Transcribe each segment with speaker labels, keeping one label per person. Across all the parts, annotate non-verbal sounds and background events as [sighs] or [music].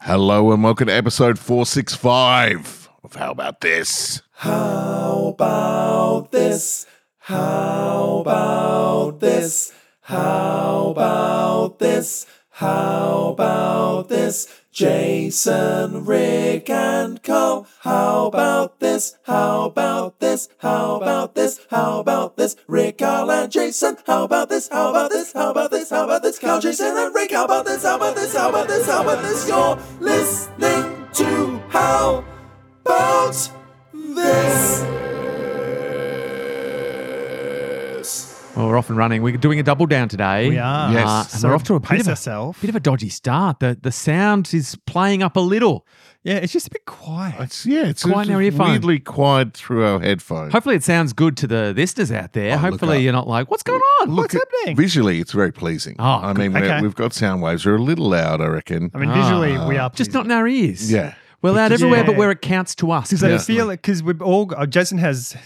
Speaker 1: Hello and welcome to episode 465 of How About This?
Speaker 2: How about this? How about this? How about this? How about this? Jason, Rick, and Cole. How about this? How about this? How about this? How about this? Rick, Carl, and Jason. How about this? How about this? How about this? How about this? Carl, Jason, and Rick. How about this? How about this? How about this? How about this? You're listening to How About This.
Speaker 3: Well, we're off and running. We're doing a double down today.
Speaker 4: We are.
Speaker 1: Yes.
Speaker 3: Uh, and we're off to a bit
Speaker 4: Pace
Speaker 3: of a,
Speaker 4: ourselves.
Speaker 3: bit of a dodgy start. The the sound is playing up a little.
Speaker 4: yeah, it's just a bit quiet.
Speaker 1: It's yeah, it's,
Speaker 3: Quiet
Speaker 1: it's
Speaker 3: in our earphone.
Speaker 1: weirdly quiet through our headphones.
Speaker 3: Hopefully, it sounds good to the listeners out
Speaker 1: Oh,
Speaker 3: there.
Speaker 1: look up.
Speaker 3: Hopefully, you're not like, "What's going on?
Speaker 4: What's
Speaker 1: at-
Speaker 4: happening?
Speaker 1: Visually, it's very pleasing.
Speaker 3: Oh,
Speaker 1: I
Speaker 3: good.
Speaker 1: mean, we're-
Speaker 4: Okay.
Speaker 1: we've got sound waves. They're a little loud, I reckon.
Speaker 4: I mean,
Speaker 3: Ah.
Speaker 4: visually, we are
Speaker 3: Just not
Speaker 4: pleasing.
Speaker 3: in our ears."
Speaker 1: yeah.
Speaker 3: we're loud
Speaker 4: Because-
Speaker 3: everywhere, but
Speaker 4: Yeah.
Speaker 3: where it counts to us.
Speaker 4: Because
Speaker 3: Yeah.
Speaker 4: I feel it. Because we've all. Uh, Jason has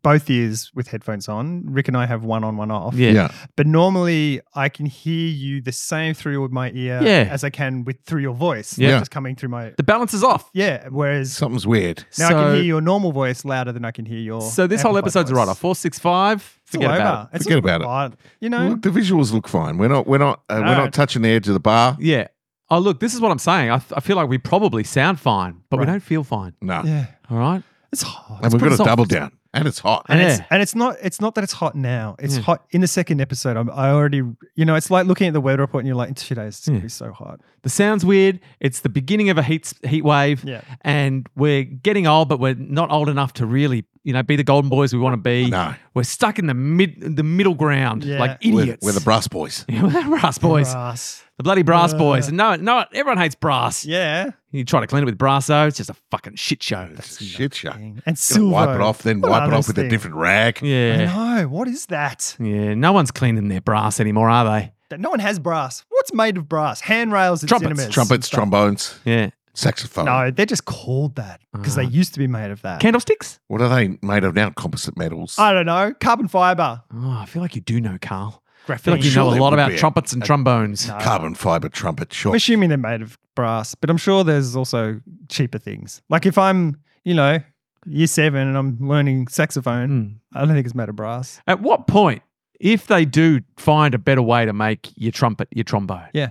Speaker 4: both ears with headphones on. Rick and I have one on, one off.
Speaker 3: yeah.
Speaker 1: Yeah.
Speaker 4: But normally, I can hear you the same through my ear
Speaker 3: Yeah.
Speaker 4: as I can with through your voice.
Speaker 3: Yeah.
Speaker 4: not Just coming through my.
Speaker 3: the balance is off.
Speaker 4: Yeah. Whereas
Speaker 1: Something's weird.
Speaker 4: now I
Speaker 3: So-
Speaker 4: can hear your normal voice louder than I can hear your.
Speaker 3: So this whole
Speaker 4: amplified
Speaker 3: episode's a
Speaker 4: voice.
Speaker 3: write-off. Four six five.
Speaker 4: It's all
Speaker 3: Forget about
Speaker 4: over.
Speaker 3: it.
Speaker 4: It's
Speaker 1: Forget
Speaker 4: all
Speaker 1: about it.
Speaker 4: right. You know.
Speaker 1: Look, the visuals look fine. We're not we're not uh, we're not
Speaker 4: Alright.
Speaker 1: touching the edge of the bar.
Speaker 3: Yeah. Oh look, this is what I'm saying. I, I feel like we probably sound fine, but we
Speaker 4: Right.
Speaker 3: don't feel fine.
Speaker 1: No.
Speaker 4: yeah.
Speaker 3: All right.
Speaker 4: It's hard.
Speaker 1: and we've
Speaker 3: put
Speaker 1: got
Speaker 3: us
Speaker 1: a
Speaker 3: off.
Speaker 1: double down. And it's hot.
Speaker 3: And
Speaker 4: It's-
Speaker 3: Yeah. Mm.
Speaker 4: and it's not it's not that it's hot now. It's hot in the second episode. I'm, I already you know it's like looking at the weather report and you're like today it's gonna be so hot.
Speaker 3: The sound's weird. It's the beginning of a heat heat wave.
Speaker 4: Yeah.
Speaker 3: And we're getting old, but we're not old enough to really, you know, be the golden boys we want to be.
Speaker 1: No.
Speaker 3: We're stuck in the mid the middle ground,
Speaker 4: Yeah.
Speaker 3: like
Speaker 1: We're-
Speaker 3: idiots.
Speaker 1: We're, the brass boys.
Speaker 3: Yeah, [laughs] we're the brass boys,
Speaker 4: Brass.
Speaker 3: the bloody brass boys. And no, no, everyone hates brass.
Speaker 4: Yeah.
Speaker 3: You try to clean it with brasso, it's just a fucking shit show.
Speaker 1: It's a shit show.
Speaker 4: And
Speaker 1: Gonna
Speaker 4: silver.
Speaker 1: Wipe it off, then
Speaker 4: What
Speaker 1: wipe
Speaker 4: are
Speaker 1: it off
Speaker 4: those
Speaker 1: with a
Speaker 4: things?
Speaker 1: different rag.
Speaker 3: [laughs] yeah.
Speaker 4: I know. What is that?
Speaker 3: Yeah, no one's cleaning their brass anymore, are they?
Speaker 4: That no one has brass. What's made of brass? Handrails at
Speaker 3: Trumpets,
Speaker 4: cinemas.
Speaker 1: Trumpets,
Speaker 4: Stuff.
Speaker 1: trombones,
Speaker 3: Yeah.
Speaker 1: saxophone.
Speaker 4: No, they're just called that because
Speaker 3: Uh.
Speaker 4: they used to be made of that.
Speaker 3: Candlesticks?
Speaker 1: What are they made of now? Composite metals.
Speaker 4: I don't know. Carbon fiber.
Speaker 3: Oh, I feel like you do know, Carl. I feel
Speaker 4: Graphene.
Speaker 3: like you
Speaker 1: sure
Speaker 3: know a
Speaker 1: there
Speaker 3: lot
Speaker 1: would
Speaker 3: about
Speaker 1: be Uh, a-
Speaker 3: trumpets and trombones.
Speaker 1: Carbon fiber trumpet,
Speaker 4: I'm
Speaker 1: sure.
Speaker 4: assuming they're made of brass, but I'm sure there's also cheaper things. Like if I'm, you know, year seven and I'm learning saxophone,
Speaker 3: Hmm.
Speaker 4: I don't think it's made of brass.
Speaker 3: At what point, if they do find a better way to make your trumpet, your trombone,
Speaker 4: Yeah.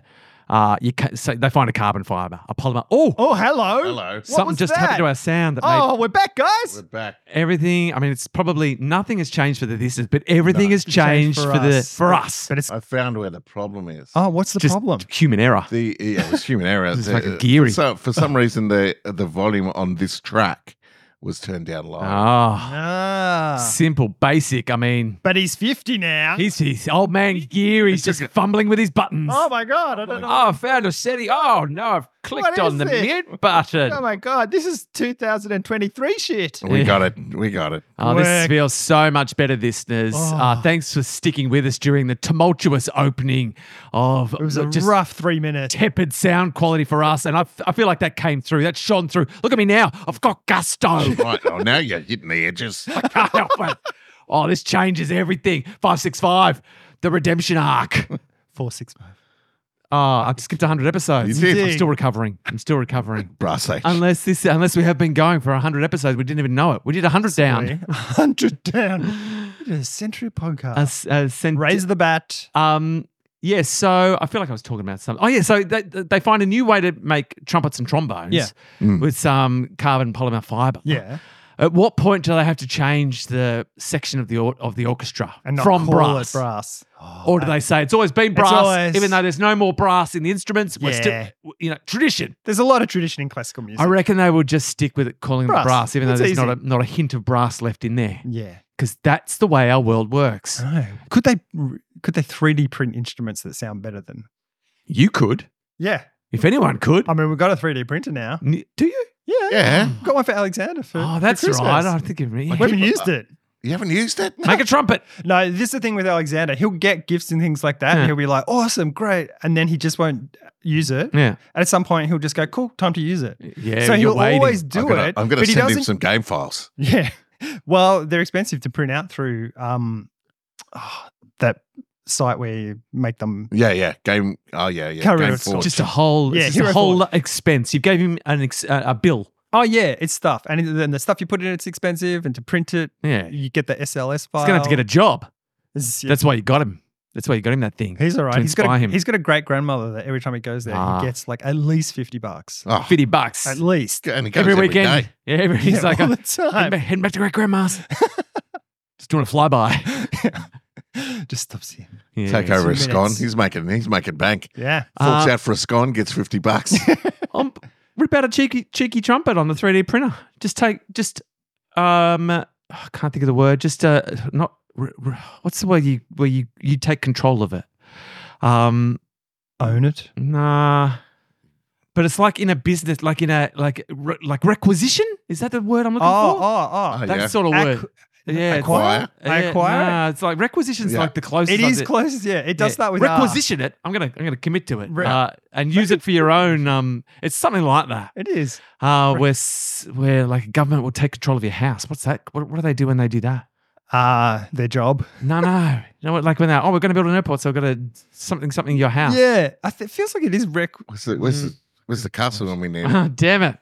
Speaker 3: uh, you ca- so they find a carbon fiber, a polymer. Oh,
Speaker 4: Oh, hello.
Speaker 1: Hello.
Speaker 4: What
Speaker 3: something
Speaker 4: was
Speaker 3: just happened to
Speaker 4: that?
Speaker 3: our sound that made
Speaker 4: Oh, we're back, guys.
Speaker 1: We're back.
Speaker 3: everything. I mean, it's probably nothing has changed for the listeners, but everything has changed for, the for us.
Speaker 4: But it's
Speaker 1: I found where the problem is.
Speaker 4: oh, what's the
Speaker 3: Just
Speaker 4: problem?
Speaker 3: Human error.
Speaker 1: The yeah, it was human error.
Speaker 3: It's
Speaker 1: The-
Speaker 3: like a geary.
Speaker 1: So for some reason, the the volume on this track was turned down low.
Speaker 3: Ah,
Speaker 4: Ah,
Speaker 3: simple, basic. I mean,
Speaker 4: but he's fifty now.
Speaker 3: he's he's old man gear. He's just fumbling with his buttons.
Speaker 4: oh my god, I don't know.
Speaker 3: Oh, I found a setting. Oh no, I've clicked
Speaker 4: What
Speaker 3: on
Speaker 4: is
Speaker 3: the
Speaker 4: this?
Speaker 3: mute button.
Speaker 4: Oh my god, this is 2023 shit.
Speaker 1: We got it. We got it.
Speaker 3: Oh, this
Speaker 4: Work.
Speaker 3: feels so much better, listeners. Uh,
Speaker 4: Oh.
Speaker 3: thanks for sticking with us during the tumultuous opening of
Speaker 4: It was a
Speaker 3: just
Speaker 4: rough three minutes.
Speaker 3: tepid sound quality for us. And I, f- I feel like that came through. That shone through. Look at me now. I've got gusto.
Speaker 1: Right. Oh, now you're hitting the edges.
Speaker 3: I
Speaker 4: [laughs]
Speaker 3: can't help it. Oh, this changes everything. 565, the redemption
Speaker 4: [laughs]
Speaker 3: arc.
Speaker 4: Four six five.
Speaker 3: Oh, I've skipped 100 episodes.
Speaker 1: You did.
Speaker 3: I'm still recovering. I'm still
Speaker 4: [laughs]
Speaker 3: recovering.
Speaker 1: Brass age.
Speaker 3: Unless this, unless we have been going for 100 episodes, we didn't even know it. We did 100 down.
Speaker 4: [laughs] hundred down. We did a century podcast.
Speaker 3: A, s- a cent-
Speaker 4: Raise the bat.
Speaker 3: Um, yeah, so I feel like I was talking about something. Oh, yeah, so they, they find a new way to make trumpets and trombones
Speaker 4: Yeah.
Speaker 3: with some carbon polymer fiber.
Speaker 4: Yeah.
Speaker 3: At what point do they have to change the section of the or- of the orchestra
Speaker 4: And not
Speaker 3: from
Speaker 4: call
Speaker 3: brass?
Speaker 4: It brass. Oh,
Speaker 3: Or do they say it's always been brass,
Speaker 4: always-
Speaker 3: even though there's no more brass in the instruments? We're
Speaker 4: Yeah.
Speaker 3: still, you know, tradition.
Speaker 4: There's a lot of tradition in classical music.
Speaker 3: I reckon they would just stick with it, calling
Speaker 4: Brass.
Speaker 3: it brass, even
Speaker 4: It's
Speaker 3: though there's
Speaker 4: easy.
Speaker 3: not a, not a hint of brass left in there,
Speaker 4: yeah.
Speaker 3: because that's the way our world works.
Speaker 4: No. Could they could they 3D print instruments that sound better than?
Speaker 3: You could,
Speaker 4: Yeah.
Speaker 3: if anyone could.
Speaker 4: I mean, we've got a 3D printer now.
Speaker 3: N- Do you?
Speaker 4: Yeah.
Speaker 1: yeah.
Speaker 4: Got one for Alexander for
Speaker 3: Oh,
Speaker 4: for
Speaker 3: that's
Speaker 4: Christmas.
Speaker 3: right. I think it really.
Speaker 4: We haven't used it.
Speaker 1: You haven't used it.
Speaker 3: [laughs] Make a trumpet.
Speaker 4: No, this is the thing with Alexander. He'll get gifts and things like that,
Speaker 3: Yeah.
Speaker 4: and he'll be like, "Awesome, great," and then he just won't use it.
Speaker 3: Yeah.
Speaker 4: At some point, he'll just go, "Cool, time to use it."
Speaker 3: Mm. Yeah.
Speaker 4: so
Speaker 3: you're
Speaker 4: he'll
Speaker 3: waiting.
Speaker 4: always do
Speaker 1: I'm gonna,
Speaker 4: it.
Speaker 1: I'm gonna
Speaker 4: but he
Speaker 1: send him
Speaker 4: doesn't- [laughs]
Speaker 1: some game files.
Speaker 4: Yeah. Well, they're expensive to print out through um, ah, that site where you make them.
Speaker 1: Yeah, yeah. Game. Oh, yeah, yeah.
Speaker 4: Carry
Speaker 1: game
Speaker 4: on,
Speaker 1: forward.
Speaker 3: Just a whole,
Speaker 4: Yeah,
Speaker 3: it's just
Speaker 4: hero
Speaker 3: a whole expense. You gave him an ex- uh, a bill.
Speaker 4: Oh yeah, it's stuff, and then the stuff you put in it's expensive, and to print it,
Speaker 3: Yeah, he's
Speaker 4: you get the SLS file.
Speaker 3: gonna have to get a job.
Speaker 4: It's-
Speaker 3: That's why you got him. That's why you got him that thing.
Speaker 4: He's all right.
Speaker 3: to
Speaker 4: He's got a,
Speaker 3: inspire him.
Speaker 4: he's got a great grandmother that every time he goes there,
Speaker 3: Ah.
Speaker 4: he gets like at least fifty bucks,
Speaker 1: Oh,
Speaker 3: Fifty bucks
Speaker 4: at least.
Speaker 1: and it goes
Speaker 3: every
Speaker 1: every
Speaker 3: weekend.
Speaker 1: day.
Speaker 3: yeah, every, [laughs] he's
Speaker 4: Yeah,
Speaker 3: like,
Speaker 4: all
Speaker 3: I'm
Speaker 4: the time.
Speaker 3: [laughs] heading back, heading back to great
Speaker 4: [laughs]
Speaker 3: grandma's. just doing a flyby.
Speaker 4: Just stops you.
Speaker 3: Yeah.
Speaker 1: Take over a
Speaker 4: Two
Speaker 1: scone.
Speaker 4: minutes.
Speaker 1: He's making. He's making bank.
Speaker 4: Yeah.
Speaker 1: Forks
Speaker 3: Uh,
Speaker 1: out for a scone. Gets fifty [laughs] bucks.
Speaker 3: um, rip out a cheeky cheeky trumpet on the 3D printer. Just take just um I can't think of the word. Just uh not r- r- what's the word you where you you take control of it. Um
Speaker 4: Own it.
Speaker 3: nah. But it's like in a business, like in a like re- like requisition. Is that the word I'm looking
Speaker 4: Oh,
Speaker 3: for?
Speaker 4: oh,
Speaker 1: Oh,
Speaker 4: oh.
Speaker 3: that
Speaker 1: yeah.
Speaker 3: sort of
Speaker 4: Ac-
Speaker 3: word. yeah, it's-
Speaker 1: Acquire?
Speaker 3: yeah,
Speaker 4: Acquire?
Speaker 3: Nah, it's like requisition's
Speaker 1: Yeah.
Speaker 3: like the closest.
Speaker 4: It
Speaker 3: I've
Speaker 4: is
Speaker 3: been-
Speaker 4: close. Yeah. It does
Speaker 3: yeah.
Speaker 4: start with R.
Speaker 3: requisition. It. I'm gonna I'm gonna commit to it
Speaker 4: Re-
Speaker 3: uh, and use it for your own. Um, it's something like that.
Speaker 4: It is.
Speaker 3: Uh, where s- where like government will take control of your house. What's that? What, what do they do when they do that?
Speaker 4: Ah, their job.
Speaker 3: No,
Speaker 4: [laughs]
Speaker 3: no, you know what? Like when they oh, we're going to build an airport, so we're going to something something your house.
Speaker 4: Yeah. I th- it feels like it is rec.
Speaker 1: Where's the, where's the, where's the castle when we [laughs] need? it?
Speaker 3: Oh, [laughs] damn it.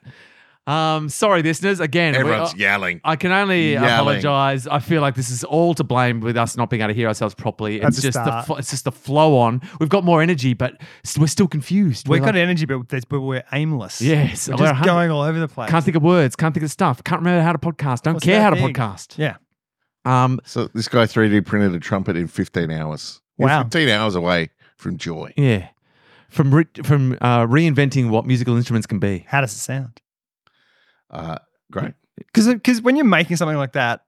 Speaker 3: Um, sorry, listeners. Again, we-
Speaker 1: Everyone's
Speaker 3: uh,
Speaker 1: yelling.
Speaker 3: I can only
Speaker 1: yelling.
Speaker 3: apologize. I feel like this is all to blame with us not being able to hear ourselves properly.
Speaker 4: At
Speaker 3: It's
Speaker 4: the
Speaker 3: just the
Speaker 4: start.
Speaker 3: fl- it's just the flow on. We've got more energy, but s- we're still confused.
Speaker 4: We've
Speaker 3: We're
Speaker 4: got
Speaker 3: like,
Speaker 4: energy, but, there's- but we're aimless.
Speaker 3: Yes,
Speaker 4: We're
Speaker 3: we're
Speaker 4: just
Speaker 3: hun-
Speaker 4: going all over the place.
Speaker 3: Can't think of words. Can't think of stuff. Can't remember how to podcast. Don't
Speaker 4: What's
Speaker 3: care
Speaker 4: that
Speaker 3: how
Speaker 4: thing?
Speaker 3: to podcast.
Speaker 4: Yeah.
Speaker 3: Um,
Speaker 1: So this guy 3D printed a trumpet in 15 hours. We're
Speaker 4: Wow.
Speaker 1: 15 hours away from joy.
Speaker 3: Yeah, from re- from uh, reinventing what musical instruments can be.
Speaker 4: How does it sound?
Speaker 1: Uh, great.
Speaker 4: Because uh, when you're making something like that,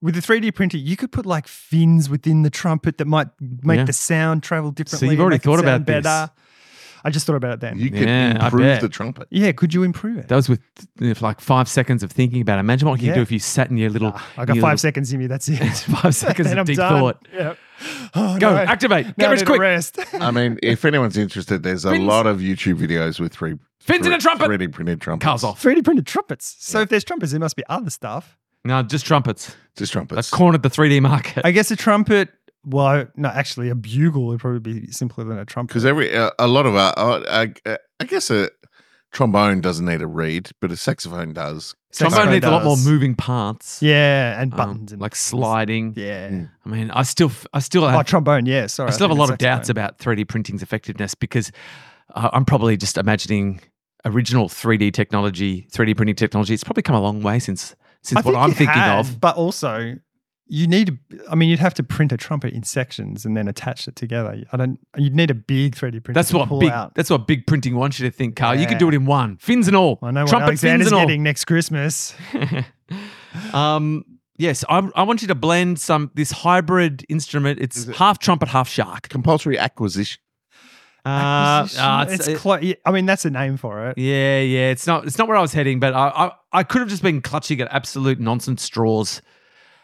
Speaker 4: with a 3D printer, you could put like fins within the trumpet that might make
Speaker 3: Yeah.
Speaker 4: the sound travel differently.
Speaker 3: you've already
Speaker 4: make it
Speaker 3: thought
Speaker 4: sound
Speaker 3: about this.
Speaker 4: better. I just thought about it then.
Speaker 1: You can
Speaker 3: Yeah, I
Speaker 1: improve
Speaker 3: bet.
Speaker 1: the [laughs] trumpet.
Speaker 4: yeah, could you improve it?
Speaker 3: That was with you know, like five seconds of thinking about. it. Imagine what you
Speaker 4: Yeah.
Speaker 3: could do if you sat in your little.
Speaker 4: Nah, I got
Speaker 3: your
Speaker 4: five
Speaker 3: little-
Speaker 4: seconds in me.
Speaker 3: [laughs]
Speaker 4: That's it. [laughs]
Speaker 3: five seconds
Speaker 4: Then
Speaker 3: of
Speaker 4: I'm
Speaker 3: deep
Speaker 4: done.
Speaker 3: thought.
Speaker 4: Yep. Oh,
Speaker 3: Go
Speaker 4: no.
Speaker 3: activate.
Speaker 4: Now
Speaker 3: Get
Speaker 4: I
Speaker 3: rich
Speaker 4: need a
Speaker 3: quick. [laughs]
Speaker 4: Rest.
Speaker 1: I mean, if anyone's interested, there's a
Speaker 3: Fins.
Speaker 1: lot of YouTube videos with three
Speaker 3: Fins in a trumpet.
Speaker 1: 3D printed trumpets.
Speaker 3: Cars off.
Speaker 4: 3D printed trumpets. So if there's trumpets, there must be other stuff.
Speaker 3: No, just trumpets.
Speaker 1: Just
Speaker 3: That's
Speaker 1: trumpets.
Speaker 3: cornered the 3D market.
Speaker 4: I guess a trumpet. Well, no, actually, a bugle would probably be simpler than a trumpet.
Speaker 1: Because every uh, a lot of uh, uh, I, I guess a trombone doesn't need a reed, but a saxophone does.
Speaker 3: Trombone
Speaker 4: Saxophone
Speaker 3: needs a lot more
Speaker 4: does.
Speaker 3: moving parts.
Speaker 4: Yeah, and
Speaker 3: Um,
Speaker 4: buttons and
Speaker 3: like
Speaker 4: things.
Speaker 3: sliding.
Speaker 4: Yeah.
Speaker 1: Mm.
Speaker 3: I mean, I still, f- I still
Speaker 4: Oh,
Speaker 3: have,
Speaker 4: trombone. Yeah, sorry.
Speaker 3: I still have a
Speaker 4: think
Speaker 3: lot of
Speaker 4: it's saxophone.
Speaker 3: doubts about 3D printing's effectiveness because uh, I'm probably just imagining original 3D technology, 3D printing technology. It's probably come a long way since since what I'm
Speaker 4: it
Speaker 3: thinking
Speaker 4: has,
Speaker 3: of.
Speaker 4: But also, you need. I mean, you'd have to print a trumpet in sections and then attach it together. I don't. You'd need a big 3D printer.
Speaker 3: That's
Speaker 4: to
Speaker 3: what
Speaker 4: pull
Speaker 3: big.
Speaker 4: out.
Speaker 3: That's what big printing wants you to think, Carl. You can
Speaker 4: Yeah.
Speaker 3: do it in one fins and all.
Speaker 4: I know what
Speaker 3: Trumpet fins
Speaker 4: Alexander's
Speaker 3: and all.
Speaker 4: getting next Christmas. [laughs]
Speaker 3: um, yes, I, I want you to blend some this hybrid instrument. It's
Speaker 1: Is it-
Speaker 3: half trumpet, half shark.
Speaker 1: Compulsory acquisition.
Speaker 3: Uh, [laughs] uh,
Speaker 4: [laughs] it's
Speaker 3: it-
Speaker 4: clo- I mean, that's a name for it.
Speaker 3: yeah, yeah. It's not. It's not where I was heading, but I I, I could have just been clutching at absolute nonsense straws.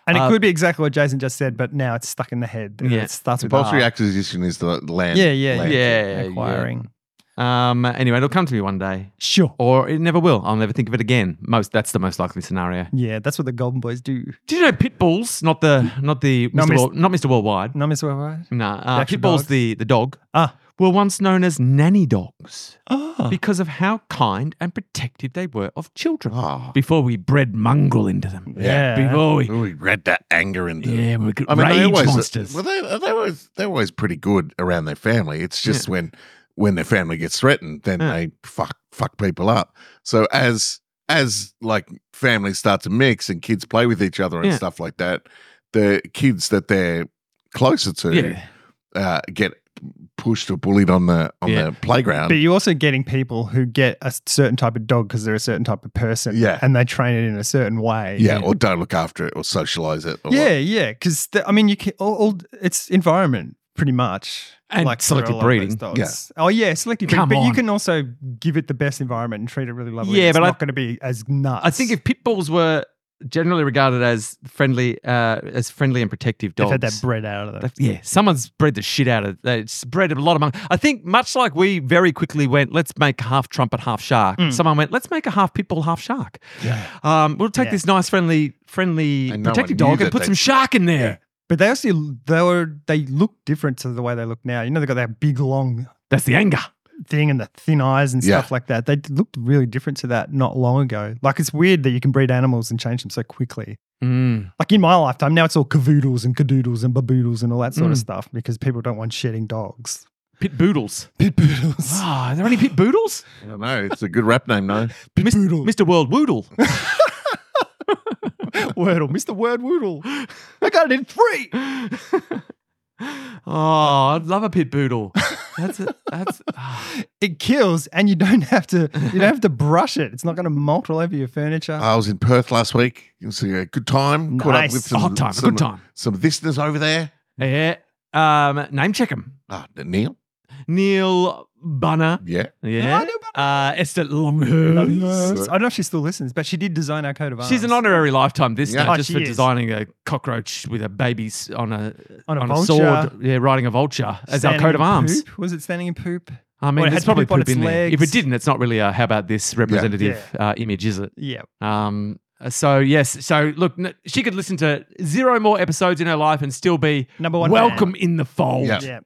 Speaker 4: And
Speaker 3: Uh,
Speaker 4: it could be exactly what Jason just said, but now it's stuck in the head. and
Speaker 3: Yeah.
Speaker 4: It starts with
Speaker 1: Compulsory
Speaker 4: R.
Speaker 1: acquisition is the land.
Speaker 4: Yeah, yeah,
Speaker 1: land.
Speaker 3: Yeah,
Speaker 4: Acquiring.
Speaker 3: Um. Anyway, it'll come to me one day,
Speaker 4: Sure.
Speaker 3: or it never will. I'll never think of it again. Most. That's the most likely scenario.
Speaker 4: Yeah, that's what the Golden Boys do.
Speaker 3: Did you know pit bulls? Not the. Not the.
Speaker 4: No,
Speaker 3: Mr.
Speaker 4: Miss-
Speaker 3: World, not Mr. Worldwide.
Speaker 4: No, Miss Worldwide?
Speaker 3: No. Uh,
Speaker 4: actual
Speaker 3: pit bulls,
Speaker 4: dog?
Speaker 3: the the dog,
Speaker 4: Ah.
Speaker 3: were once known as nanny dogs.
Speaker 4: Oh.
Speaker 3: because of how kind and protective they were of children
Speaker 1: Oh,
Speaker 3: before we bred mongrel into them.
Speaker 4: Yeah.
Speaker 1: [laughs]
Speaker 3: Before we,
Speaker 1: we read that anger in them.
Speaker 3: yeah, we could
Speaker 1: I mean, they
Speaker 3: rage
Speaker 1: always, uh,
Speaker 3: monsters.
Speaker 1: Well, they, they always, they're always pretty good around their family. It's just when when their family gets threatened, then
Speaker 3: Yeah.
Speaker 1: they fuck fuck people up. So as as like families start to mix and kids play with each other and
Speaker 3: Yeah.
Speaker 1: stuff like that, the kids that they're closer to
Speaker 3: yeah,
Speaker 1: uh, get pushed or bullied on the on
Speaker 3: Yeah.
Speaker 1: the playground.
Speaker 4: But you're also getting people who get a certain type of dog because they're a certain type of person.
Speaker 1: Yeah.
Speaker 4: And they train it in a certain way.
Speaker 1: yeah, or don't look after it or socialize it. Or
Speaker 4: Yeah, yeah. Because I mean, you can all, all it's environment pretty much
Speaker 3: And selective breeding.
Speaker 1: Yeah.
Speaker 4: Yeah. Oh yeah, selective breeding.
Speaker 3: Come
Speaker 4: But you
Speaker 3: on.
Speaker 4: can also give it the best environment and treat it really lovely.
Speaker 3: Yeah,
Speaker 4: it's
Speaker 3: but I-
Speaker 4: not going to be as nuts.
Speaker 3: I think if pit bulls were generally regarded as friendly, uh, as friendly and protective
Speaker 4: they've
Speaker 3: dogs,
Speaker 4: had that bread out of them.
Speaker 3: They've- yeah, someone's bred the shit out of. It's bred a lot of monkeys. I think much like we very quickly went, let's make half trumpet, half shark.
Speaker 4: Mm.
Speaker 3: Someone went, let's make a half pit bull, half shark.
Speaker 1: Yeah.
Speaker 3: Um, we'll take
Speaker 4: Yeah.
Speaker 3: this nice, friendly,
Speaker 1: And
Speaker 3: friendly
Speaker 1: no one
Speaker 3: protective
Speaker 1: knew
Speaker 3: dog and
Speaker 1: that
Speaker 3: put
Speaker 1: they-
Speaker 3: some shark in there.
Speaker 4: But they actually they were they look different to the way they look now. You know, they got that big long
Speaker 3: That's the anger.
Speaker 4: thing and the thin eyes and
Speaker 1: Yeah.
Speaker 4: stuff like that. They d- looked really different to that not long ago. Like it's weird that you can breed animals and change them so quickly.
Speaker 3: Mm.
Speaker 4: Like in my lifetime, now it's all cavoodles and cadoodles and baboodles and all that sort
Speaker 3: Mm.
Speaker 4: of stuff because people don't want
Speaker 3: [laughs]
Speaker 4: shedding dogs.
Speaker 3: Pit boodles.
Speaker 4: Pit boodles.
Speaker 3: Ah, are there any pit boodles?
Speaker 1: I don't know. It's a good rap name, no?
Speaker 4: Pit
Speaker 3: Mis-
Speaker 4: boodle.
Speaker 3: Mr. World Woodle.
Speaker 4: [laughs] Wordle. Mr. Word Woodle. I got it in three.
Speaker 3: [laughs] oh, I'd love a pit boodle. That's a,
Speaker 4: [laughs]
Speaker 3: that's ah.
Speaker 4: [laughs] It kills and you don't have to you don't have to brush it. It's not gonna molt all over your furniture.
Speaker 3: Uh,
Speaker 1: I was in Perth last week. It was a good time. Caught up
Speaker 4: Nice.
Speaker 1: with
Speaker 3: a
Speaker 1: some,
Speaker 3: hot Oh, time, a
Speaker 1: some,
Speaker 3: good time.
Speaker 1: some listeners over there.
Speaker 3: Yeah. Um, name check him.
Speaker 1: Ah, Neil.
Speaker 3: Neil Bunner.
Speaker 1: Yeah.
Speaker 3: Yeah. Uh, Esther Longhurst.
Speaker 4: I don't know if she still listens, but she did design our coat of arms.
Speaker 3: She's an honorary lifetime this
Speaker 1: Yeah.
Speaker 3: now,
Speaker 4: Oh,
Speaker 3: just
Speaker 4: she
Speaker 3: for
Speaker 4: is.
Speaker 3: designing a cockroach with a baby's on a
Speaker 4: On a vulture.
Speaker 3: sword. Yeah, riding a vulture as our
Speaker 4: Standing
Speaker 3: coat of
Speaker 4: in
Speaker 3: arms.
Speaker 4: poop? Was it standing in poop?
Speaker 3: I mean,
Speaker 4: Well, it
Speaker 3: there's
Speaker 4: had
Speaker 3: probably
Speaker 4: poop on
Speaker 3: poop
Speaker 4: its
Speaker 3: in there. If it
Speaker 4: legs.
Speaker 3: didn't, it's not really a how about this representative Uh, image, is it?
Speaker 4: Yeah.
Speaker 3: Um, so yes, so look, n- she could listen to zero more episodes in her life and still be
Speaker 4: Number one.
Speaker 3: welcome in the fold.
Speaker 1: Yeah.
Speaker 4: fan. Yeah.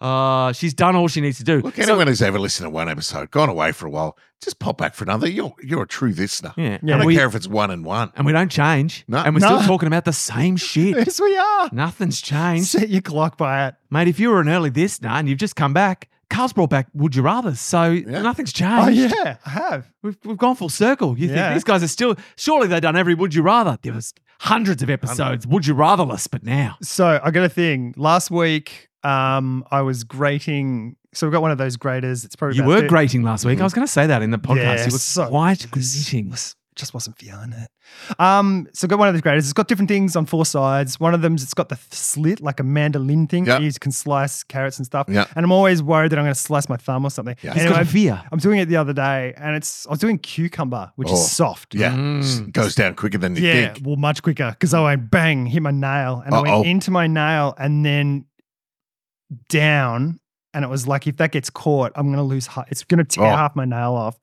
Speaker 3: Uh, she's done all she needs to do.
Speaker 1: Look,
Speaker 3: So-
Speaker 1: anyone who's ever listened to one episode, gone away for a while, just pop back for another. You're you're a true listener.
Speaker 3: yeah,
Speaker 4: Yeah.
Speaker 1: I
Speaker 3: and
Speaker 1: don't
Speaker 3: we
Speaker 1: care if it's one and one.
Speaker 3: and we don't change,
Speaker 1: No.
Speaker 3: and we're
Speaker 4: No.
Speaker 3: still talking about the same shit.
Speaker 4: [laughs] Yes, we are.
Speaker 3: Nothing's changed,
Speaker 4: Set your clock by it.
Speaker 3: mate. If you were an early this now and you've just come back, Carl's brought back Would You Rather, so nothing's changed.
Speaker 4: Oh yeah, I have.
Speaker 3: We've, we've gone full circle. You
Speaker 4: Yeah.
Speaker 3: think these guys are still? Surely they've done every Would You Rather. There was hundreds of episodes Would You Rather list, but now
Speaker 4: So I got a thing. Last week, um, I was grating. So we got one of those graters. It's probably
Speaker 3: you
Speaker 4: about
Speaker 3: were
Speaker 4: thir-
Speaker 3: grating last week. I was going to say that in the podcast.
Speaker 4: Yeah,
Speaker 3: you were
Speaker 4: so-
Speaker 3: quite
Speaker 4: was-
Speaker 3: grating.
Speaker 4: was- Just wasn't feeling it. Um, so got one of those graters. It's got different things on four sides. One of them's it's got the th- slit like a mandolin thing.
Speaker 1: Yeah.
Speaker 4: You can slice carrots and stuff.
Speaker 1: Yeah.
Speaker 4: And I'm always worried that I'm going to slice my thumb or something.
Speaker 1: Yeah.
Speaker 3: He's
Speaker 4: Anyway,
Speaker 3: got a fear.
Speaker 4: I'm doing it the other day, and it's I was doing cucumber, which
Speaker 1: Oh.
Speaker 4: is soft.
Speaker 1: Yeah.
Speaker 3: Mm.
Speaker 1: It Goes down quicker than you
Speaker 4: Yeah,
Speaker 1: think. Oh,
Speaker 4: well, much quicker because I went bang, hit my nail, and I
Speaker 1: Uh-oh.
Speaker 4: went into my nail and then down. And it was like, if that gets caught, I'm going to lose, ha- it's going to tear
Speaker 1: Oh.
Speaker 4: half my nail off.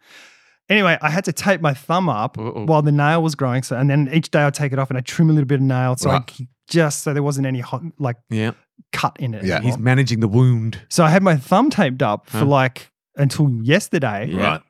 Speaker 4: Anyway, I had to tape my thumb up
Speaker 3: Uh-oh.
Speaker 4: while the nail was growing. So, and then each day I'd take it off and I'd trim a little bit of nail. So I
Speaker 1: Right.
Speaker 4: c- just so there wasn't any hot, like
Speaker 3: Yeah.
Speaker 4: cut in it.
Speaker 1: Yeah.
Speaker 4: anymore.
Speaker 3: He's managing the wound.
Speaker 4: So I had my thumb taped up for
Speaker 3: Huh.
Speaker 4: like until yesterday.
Speaker 3: Yeah.
Speaker 1: Right.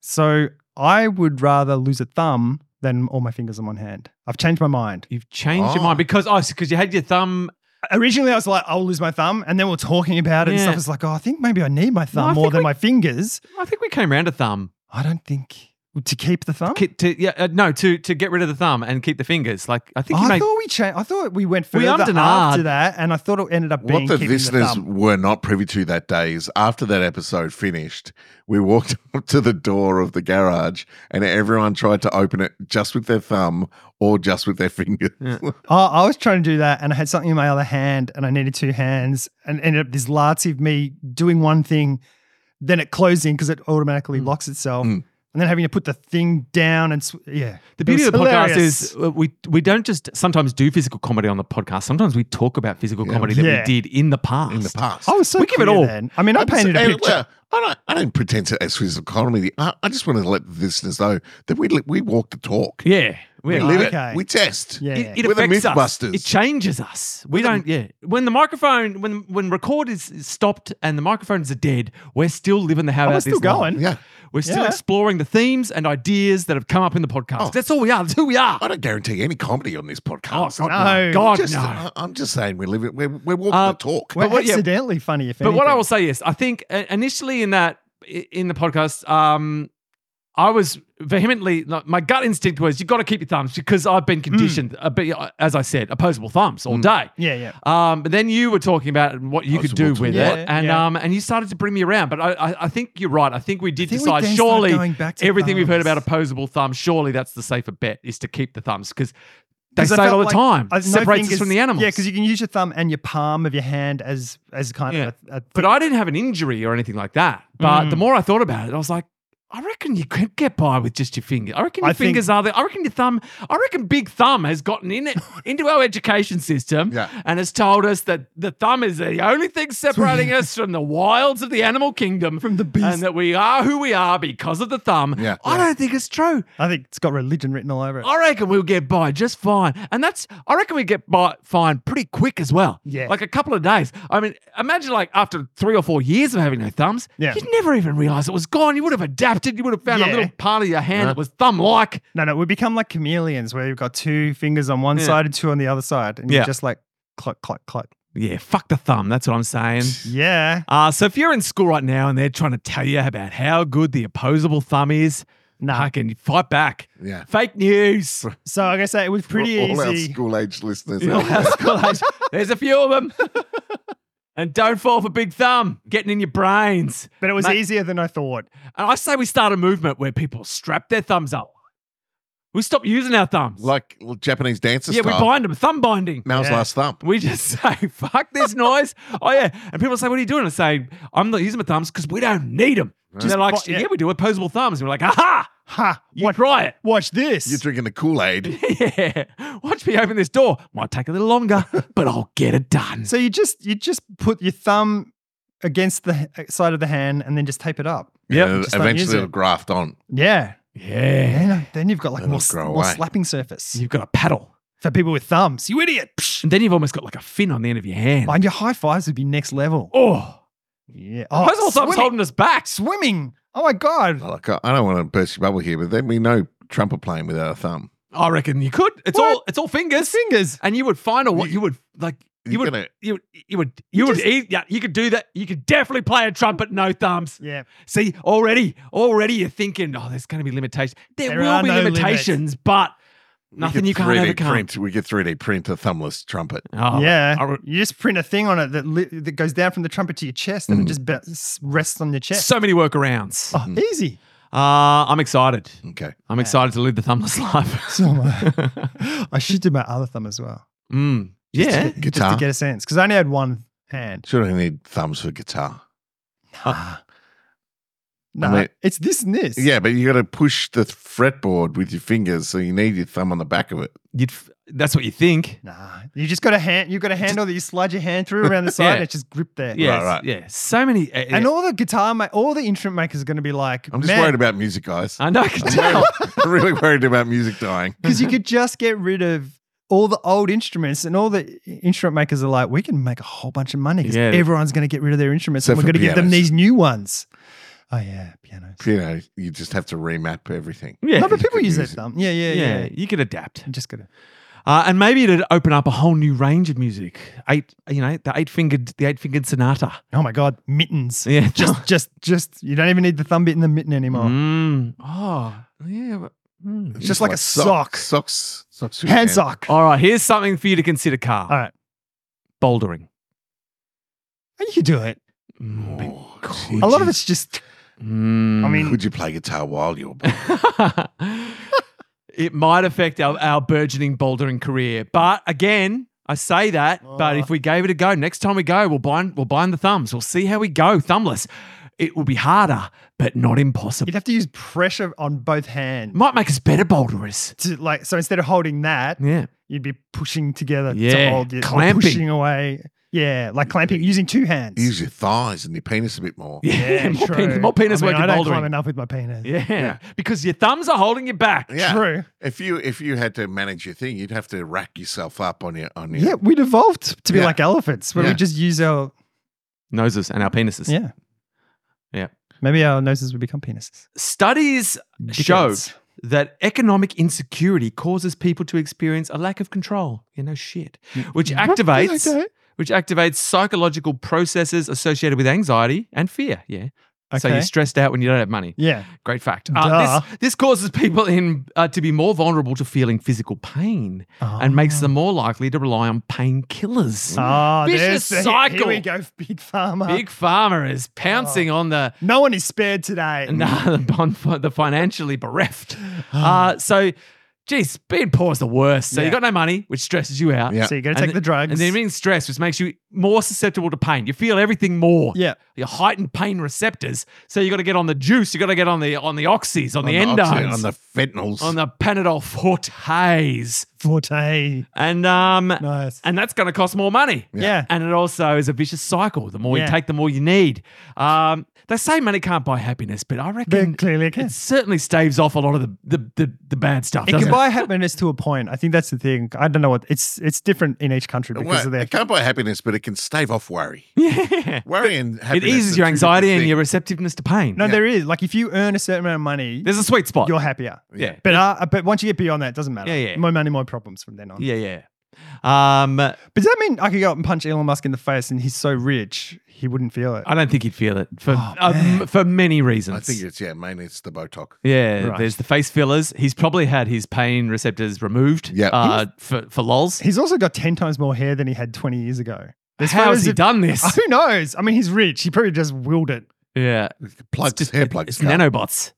Speaker 4: So I would rather lose a thumb than all my fingers on one hand. I've changed my mind.
Speaker 3: You've changed your
Speaker 1: Oh.
Speaker 3: mind because oh, because you had your thumb.
Speaker 4: Originally, I was like, I'll lose my thumb. And then we are talking about it and
Speaker 3: Yeah.
Speaker 4: stuff. It's like, oh, I think maybe I need my
Speaker 3: I
Speaker 4: thumb more
Speaker 3: think
Speaker 4: than
Speaker 3: we-
Speaker 4: my fingers.
Speaker 3: I think we came round a thumb.
Speaker 4: I don't think to keep the thumb.
Speaker 3: Ki- To, yeah, uh, no, to to get rid of the thumb and keep the fingers. Like I think
Speaker 4: I
Speaker 3: you made.
Speaker 4: thought we changed. I thought we went
Speaker 3: We
Speaker 4: further
Speaker 3: ummed and
Speaker 4: after
Speaker 3: ahed.
Speaker 4: that, and I thought it ended up being
Speaker 1: What the
Speaker 4: keeping the
Speaker 1: listeners
Speaker 4: thumb.
Speaker 1: were not privy to that day is after that episode finished, we walked [laughs] up to the door of the garage and everyone tried to open it just with their thumb or just with their finger.
Speaker 4: Oh, I was trying to do that, and I had something in my other hand, and I needed two hands, and ended up this latsy of me doing one thing, then it closing because it automatically locks itself,
Speaker 1: Mm.
Speaker 4: and then having to put the thing down and sw- yeah.
Speaker 3: The
Speaker 4: It
Speaker 3: beauty
Speaker 4: was
Speaker 3: of the podcast
Speaker 4: hilarious.
Speaker 3: is uh, we we don't just sometimes do physical comedy on the podcast. Sometimes we talk about physical
Speaker 1: Yeah.
Speaker 3: comedy that
Speaker 4: Yeah.
Speaker 3: we did in the
Speaker 1: [laughs]
Speaker 3: past.
Speaker 1: In the past.
Speaker 4: I was so
Speaker 3: We give it
Speaker 4: queer
Speaker 3: all.
Speaker 4: Then. I mean, I
Speaker 1: I'm
Speaker 4: painted a
Speaker 1: saying,
Speaker 4: picture.
Speaker 1: well, I don't, I don't pretend to as physical comedy. I, I just wanted to let the listeners know that we li- we walk the talk.
Speaker 3: yeah, we,
Speaker 1: We live
Speaker 4: okay.
Speaker 1: it. We test.
Speaker 4: Yeah.
Speaker 3: It, it
Speaker 1: We're the
Speaker 3: affects us.
Speaker 1: Mythbusters.
Speaker 3: It changes us. We don't. Yeah. When the microphone, when when record is stopped and the microphones are dead, we're still living the how
Speaker 4: Oh, we're
Speaker 3: about
Speaker 4: still
Speaker 3: this life.
Speaker 4: going.
Speaker 1: Yeah.
Speaker 3: We're still
Speaker 4: Yeah.
Speaker 3: exploring the themes and ideas that have come up in the podcast.
Speaker 1: Oh.
Speaker 3: That's all we are. That's who we are.
Speaker 1: I don't guarantee any comedy on this
Speaker 3: Oh
Speaker 1: podcast.
Speaker 3: God,
Speaker 4: No.
Speaker 3: no. God
Speaker 1: Just-
Speaker 3: no.
Speaker 1: I, am just saying we're living. We're, we're walking
Speaker 3: Uh,
Speaker 1: the talk.
Speaker 4: We're
Speaker 3: what- yeah.
Speaker 4: accidentally funny, if
Speaker 3: But what I
Speaker 4: anything.
Speaker 3: will say is, I think uh, initially in that i- in the podcast, um, I was vehemently like, my gut instinct was you've got to keep your thumbs because I've been
Speaker 4: Mm.
Speaker 3: conditioned, a bit, uh, as I said, opposable thumbs all day.
Speaker 4: Yeah, yeah.
Speaker 3: Um, but then you were talking about what you could do
Speaker 1: Opposable
Speaker 3: with
Speaker 4: thumbs.
Speaker 3: it,
Speaker 4: Yeah,
Speaker 3: and
Speaker 4: yeah.
Speaker 3: um, and you started to bring me around. But I, I, I think you're right. I think we did
Speaker 4: think we
Speaker 3: decide
Speaker 4: then started
Speaker 3: surely
Speaker 4: going back to
Speaker 3: everything we've heard
Speaker 4: thumbs.
Speaker 3: about opposable thumbs. Surely that's the safer bet is to keep the thumbs because they
Speaker 4: 'Cause I
Speaker 3: say it all the
Speaker 4: felt like-
Speaker 3: time.
Speaker 4: I- no
Speaker 3: It separates us
Speaker 4: fingers-
Speaker 3: from the animals.
Speaker 4: Yeah, because you can use your thumb and your palm of your hand as as kind
Speaker 3: Yeah.
Speaker 4: of a, a Mm.
Speaker 3: but I didn't have an injury or anything like that. But the more I thought about it, I was like, I reckon you could get by with just your finger. I reckon your
Speaker 4: I think-
Speaker 3: fingers are there. I reckon your thumb. I reckon Big Thumb has gotten
Speaker 4: [laughs]
Speaker 3: in it into our education system
Speaker 1: Yeah.
Speaker 3: and has told us that the thumb is the only thing
Speaker 4: [laughs]
Speaker 3: separating us from the wilds of the animal kingdom,
Speaker 4: From the beast.
Speaker 3: and that we are who we are because of the thumb.
Speaker 1: Yeah.
Speaker 3: I don't think it's true.
Speaker 4: I think it's got religion written all over it.
Speaker 3: I reckon we'll get by just fine. And that's, I reckon we get by fine pretty quick as well.
Speaker 4: Yeah.
Speaker 3: Like a couple of days. I mean, imagine like after three or four years of having no thumbs,
Speaker 4: Yeah.
Speaker 3: you'd never even realize it was gone. You would have adapted. You would have found a
Speaker 4: Yeah.
Speaker 3: little part of your hand that was thumb like.
Speaker 4: No, no, we become like chameleons where you've got two fingers on one
Speaker 3: Yeah.
Speaker 4: side and two on the other side, and you're
Speaker 3: Yeah.
Speaker 4: just like cluck, cluck, cluck.
Speaker 3: Yeah, fuck the thumb. That's what I'm
Speaker 4: [laughs]
Speaker 3: saying.
Speaker 4: Yeah.
Speaker 3: Uh, so if you're in school right now and they're trying to tell you about how good the opposable thumb is,
Speaker 4: Nah.
Speaker 3: I can fight back.
Speaker 1: Yeah.
Speaker 3: Fake
Speaker 4: [laughs]
Speaker 3: news.
Speaker 4: So like I say, it was pretty
Speaker 1: all, all our
Speaker 4: easy.
Speaker 1: school age listeners.
Speaker 3: You know,
Speaker 1: out there.
Speaker 3: that's cool.
Speaker 4: [laughs]
Speaker 3: There's a few of them. [laughs] And don't fall for big thumb getting in your brains.
Speaker 4: But it was
Speaker 3: Mate.
Speaker 4: easier than I thought.
Speaker 3: And I say we start a movement where people strap their thumbs up. We stop using our thumbs.
Speaker 1: Like well, Japanese dancers.
Speaker 3: yeah, we bind them, thumb binding.
Speaker 1: Mal's
Speaker 4: Yeah.
Speaker 1: last thump.
Speaker 3: We just [laughs] say, fuck this noise. oh, yeah. And people say, what are you doing? I say, I'm not using my thumbs because we don't need them. and they're like,
Speaker 4: bu- yeah.
Speaker 3: yeah. we do opposable thumbs. And we're like, aha,
Speaker 4: Ha!
Speaker 3: you
Speaker 4: What?
Speaker 3: try it. [laughs]
Speaker 4: Watch this.
Speaker 1: You're drinking the Kool Aid.
Speaker 3: yeah. Watch me open this door. Might take a little longer, but I'll get it done.
Speaker 4: so you just you just put your thumb against the h- side of the hand and then just tape it up.
Speaker 3: Yep,
Speaker 4: just don't use
Speaker 1: eventually it'll
Speaker 4: it.
Speaker 1: graft on.
Speaker 4: Yeah.
Speaker 3: Yeah.
Speaker 4: Then, then you've got like
Speaker 1: That'll
Speaker 4: more, s-
Speaker 1: grow
Speaker 4: more
Speaker 1: away.
Speaker 4: slapping surface
Speaker 3: You've got a paddle.
Speaker 4: for people with thumbs. You idiot.
Speaker 3: And then you've almost got like a fin on the end of your hand.
Speaker 4: And your high fives would be next level.
Speaker 3: oh,
Speaker 4: Yeah.
Speaker 3: puzzle thumb's
Speaker 4: swimming.
Speaker 3: holding us back.
Speaker 4: swimming. Oh my god.
Speaker 1: Like, I I don't want to burst your bubble here, but then we know Trump are playing without a thumb.
Speaker 3: I reckon you could. It's
Speaker 4: What?
Speaker 3: all it's all fingers,
Speaker 4: Fingers.
Speaker 3: and you would find a what you would like. You
Speaker 1: You're
Speaker 3: would,
Speaker 1: gonna-
Speaker 3: you would, you would, you would,
Speaker 4: just-
Speaker 3: eat, yeah, you could do that. You could definitely play a trumpet, no thumbs.
Speaker 4: Yeah.
Speaker 3: See, already, already you're thinking, oh, there's going to be limitations. There,
Speaker 4: There
Speaker 3: will
Speaker 4: are
Speaker 3: be
Speaker 4: no
Speaker 3: limitations, but
Speaker 1: we
Speaker 3: nothing
Speaker 1: could
Speaker 3: you can't
Speaker 1: 3D
Speaker 3: overcome.
Speaker 1: Print, we could 3D print a thumbless trumpet.
Speaker 3: Oh,
Speaker 4: yeah.
Speaker 3: I would-
Speaker 4: you just print a thing on it that li- that goes down from the trumpet to your chest
Speaker 1: Mm.
Speaker 4: and it just be- s- rests on your chest.
Speaker 3: so many workarounds.
Speaker 4: oh,
Speaker 1: Mm-hmm.
Speaker 4: easy.
Speaker 3: Uh, I'm excited.
Speaker 1: Okay.
Speaker 3: I'm excited to live the thumbless [laughs] life.
Speaker 4: [laughs] So am I. I should do my other thumb as well.
Speaker 3: Mm.
Speaker 4: Just to
Speaker 3: Yeah.
Speaker 4: get- Just
Speaker 1: Guitar.
Speaker 4: to get a sense. Because I only had one hand.
Speaker 1: Sure, I need thumbs for guitar.
Speaker 4: No,
Speaker 1: mean-
Speaker 4: it's this and this.
Speaker 1: Yeah, but you got to push the th- fretboard with your fingers, so you need your thumb on the back of it.
Speaker 3: You'd f- that's what you think.
Speaker 4: Nah. You just got a hand you've got a handle that you slide your hand through around the
Speaker 3: [laughs]
Speaker 4: side
Speaker 3: Yeah.
Speaker 4: and it's just gripped there.
Speaker 3: Yeah,
Speaker 1: right.
Speaker 3: yeah. So many. Uh,
Speaker 4: And
Speaker 3: yeah.
Speaker 4: all the guitar ma- all the instrument makers are gonna be like,
Speaker 1: I'm just worried about music, guys.
Speaker 4: [laughs]
Speaker 3: I know. I can
Speaker 1: I'm
Speaker 3: tell. [laughs]
Speaker 1: worried- really worried about music dying.
Speaker 4: because you could just get rid of all the old instruments and all the instrument makers are like, we can make a whole bunch of money because
Speaker 3: Yeah.
Speaker 4: everyone's going to get rid of their instruments and
Speaker 1: Except
Speaker 4: we're
Speaker 1: for
Speaker 4: going to give them
Speaker 1: pianos.
Speaker 4: these new ones. Oh yeah, pianos.
Speaker 1: You know, you just have to remap everything.
Speaker 3: yeah.
Speaker 4: no, but
Speaker 1: you
Speaker 4: people
Speaker 1: could
Speaker 4: use their
Speaker 1: use it.
Speaker 4: thumb. Yeah, yeah, yeah.
Speaker 3: yeah, You could adapt,
Speaker 4: I'm just gonna.
Speaker 3: uh, and maybe it'd open up a whole new range of music. Eight, you know, the eight-fingered, the eight-fingered sonata.
Speaker 4: Oh my god,
Speaker 3: [laughs]
Speaker 4: mittens.
Speaker 3: Yeah.
Speaker 4: [laughs] Just, just, just. You don't even need the thumb bit in the mitten anymore.
Speaker 3: Mm. Oh, yeah. but- mm.
Speaker 1: It's
Speaker 4: Just like a sock.
Speaker 1: Socks. Socks. with your
Speaker 4: Hand sock.
Speaker 3: All right. Here's something for you to consider, Carl.
Speaker 4: All right,
Speaker 3: Bouldering.
Speaker 4: Oh, you can do it.
Speaker 3: Mm.
Speaker 1: Oh,
Speaker 4: A lot
Speaker 1: geez.
Speaker 4: of it's just.
Speaker 3: Mm.
Speaker 4: I mean,
Speaker 1: Could you play guitar while you're
Speaker 3: [laughs] it might affect our, our burgeoning bouldering career. But again, I say that, but if we gave it a go, next time we go, we'll bind we'll bind the thumbs. We'll see how we go, thumbless. It will be harder, but not impossible.
Speaker 4: you'd have to use pressure on both hands.
Speaker 3: might make us better boulderers.
Speaker 4: To like, so instead of holding that,
Speaker 3: Yeah.
Speaker 4: you'd be pushing together to
Speaker 3: Yeah,
Speaker 4: hold it, or
Speaker 3: clamping.
Speaker 4: pushing away. Yeah, like clamping using two hands.
Speaker 1: use
Speaker 3: [laughs]
Speaker 1: your thighs and your penis a bit more?
Speaker 3: Yeah. [laughs] more,
Speaker 4: true.
Speaker 3: pen, more penis
Speaker 4: I mean,
Speaker 3: work in
Speaker 4: I don't climb
Speaker 3: bouldering.
Speaker 4: enough with my penis.
Speaker 3: Yeah. Because your thumbs are holding you back.
Speaker 1: Yeah.
Speaker 4: True.
Speaker 1: If you if you had to manage your thing, you'd have to rack yourself up on your on your
Speaker 4: Yeah, we'd evolved to be
Speaker 1: Yeah.
Speaker 4: like elephants, where we
Speaker 1: Yeah.
Speaker 4: just use our
Speaker 3: Noses and our penises.
Speaker 4: yeah,
Speaker 3: Yeah.
Speaker 4: Maybe our noses would become penises.
Speaker 3: Studies show
Speaker 4: Dickheads.
Speaker 3: that economic insecurity causes people to experience a lack of control. You know, shit. Which activates
Speaker 4: Okay.
Speaker 3: which activates psychological processes associated with anxiety and fear. Yeah. So
Speaker 4: Okay.
Speaker 3: you're stressed out when you don't have money.
Speaker 4: Yeah.
Speaker 3: Great fact. Uh,
Speaker 4: Duh.
Speaker 3: this, this causes people in uh, to be more vulnerable to feeling physical pain and makes them more likely to rely on painkillers.
Speaker 4: Ah,
Speaker 3: Vicious
Speaker 4: there's the, cycle. Here
Speaker 3: cycle.
Speaker 4: we go, big pharma.
Speaker 3: Big pharma is
Speaker 4: uh,
Speaker 3: pouncing on the [laughs]
Speaker 4: No one is spared today. [sighs]
Speaker 3: nah, the, bon- the financially bereft. Uh, so Geez, being poor is the worst. So
Speaker 4: Yeah.
Speaker 3: you got no money, which stresses you out.
Speaker 1: Yeah.
Speaker 4: So you got to
Speaker 3: And
Speaker 4: take the drugs.
Speaker 3: And then being stressed, which makes you more susceptible to pain. You feel everything more.
Speaker 4: yeah.
Speaker 3: Your heightened pain receptors. So you got to get on the juice. You got to get on the on the oxys, on, the
Speaker 1: oxy-
Speaker 3: endones,
Speaker 1: on the fentanyls.
Speaker 3: on the Panadol fortes,
Speaker 4: Forte.
Speaker 3: and um,
Speaker 4: Nice.
Speaker 3: and that's going to cost more money.
Speaker 4: Yeah.
Speaker 3: And it also is a vicious cycle. The more
Speaker 4: Yeah.
Speaker 3: you take, the more you need. Um, they say money can't buy happiness, but I reckon
Speaker 4: But clearly it can.
Speaker 3: it certainly staves off a lot of the the, the, the bad stuff.
Speaker 4: It
Speaker 3: doesn't
Speaker 4: can buy happiness to a point. I think that's the thing. I don't know what it's it's different in each country because
Speaker 1: Well,
Speaker 4: of their
Speaker 1: it can't buy happiness, but it can stave off worry.
Speaker 3: [laughs] Yeah.
Speaker 1: Worry and
Speaker 3: It
Speaker 1: happiness.
Speaker 3: eases
Speaker 1: are
Speaker 3: your
Speaker 1: two
Speaker 3: anxiety
Speaker 1: different
Speaker 3: and your
Speaker 1: things.
Speaker 3: receptiveness to pain.
Speaker 4: No, there is. Like if you earn a certain amount of money,
Speaker 3: There's a sweet spot.
Speaker 4: you're happier.
Speaker 3: yeah.
Speaker 4: But uh, but once you get beyond that, it doesn't matter.
Speaker 3: Yeah, yeah.
Speaker 4: More money, more problems from then on.
Speaker 3: Yeah, yeah. Um, I
Speaker 4: But does that mean I could go up and punch Elon Musk in the face and he's so rich he wouldn't feel it?
Speaker 3: don't think you'd feel it for uh,
Speaker 4: Oh, man.
Speaker 3: m- for many reasons.
Speaker 1: I think it's yeah, mainly it's the Botox.
Speaker 3: yeah,
Speaker 4: Right.
Speaker 3: there's the face fillers. He's probably had his pain receptors removed.
Speaker 1: Yeah.
Speaker 3: uh, for for lols.
Speaker 4: He's also got ten times more hair than he had twenty years ago. There's
Speaker 3: How
Speaker 4: photos
Speaker 3: has he
Speaker 4: of-
Speaker 3: done this?
Speaker 4: [laughs] Who knows? I mean, he's rich. He probably just willed it.
Speaker 3: yeah,
Speaker 1: Plugs,
Speaker 3: just
Speaker 1: hair plugs.
Speaker 3: it's
Speaker 1: Carl.
Speaker 3: nanobots.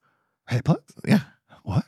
Speaker 4: Hair plugs?
Speaker 1: Yeah.
Speaker 4: What?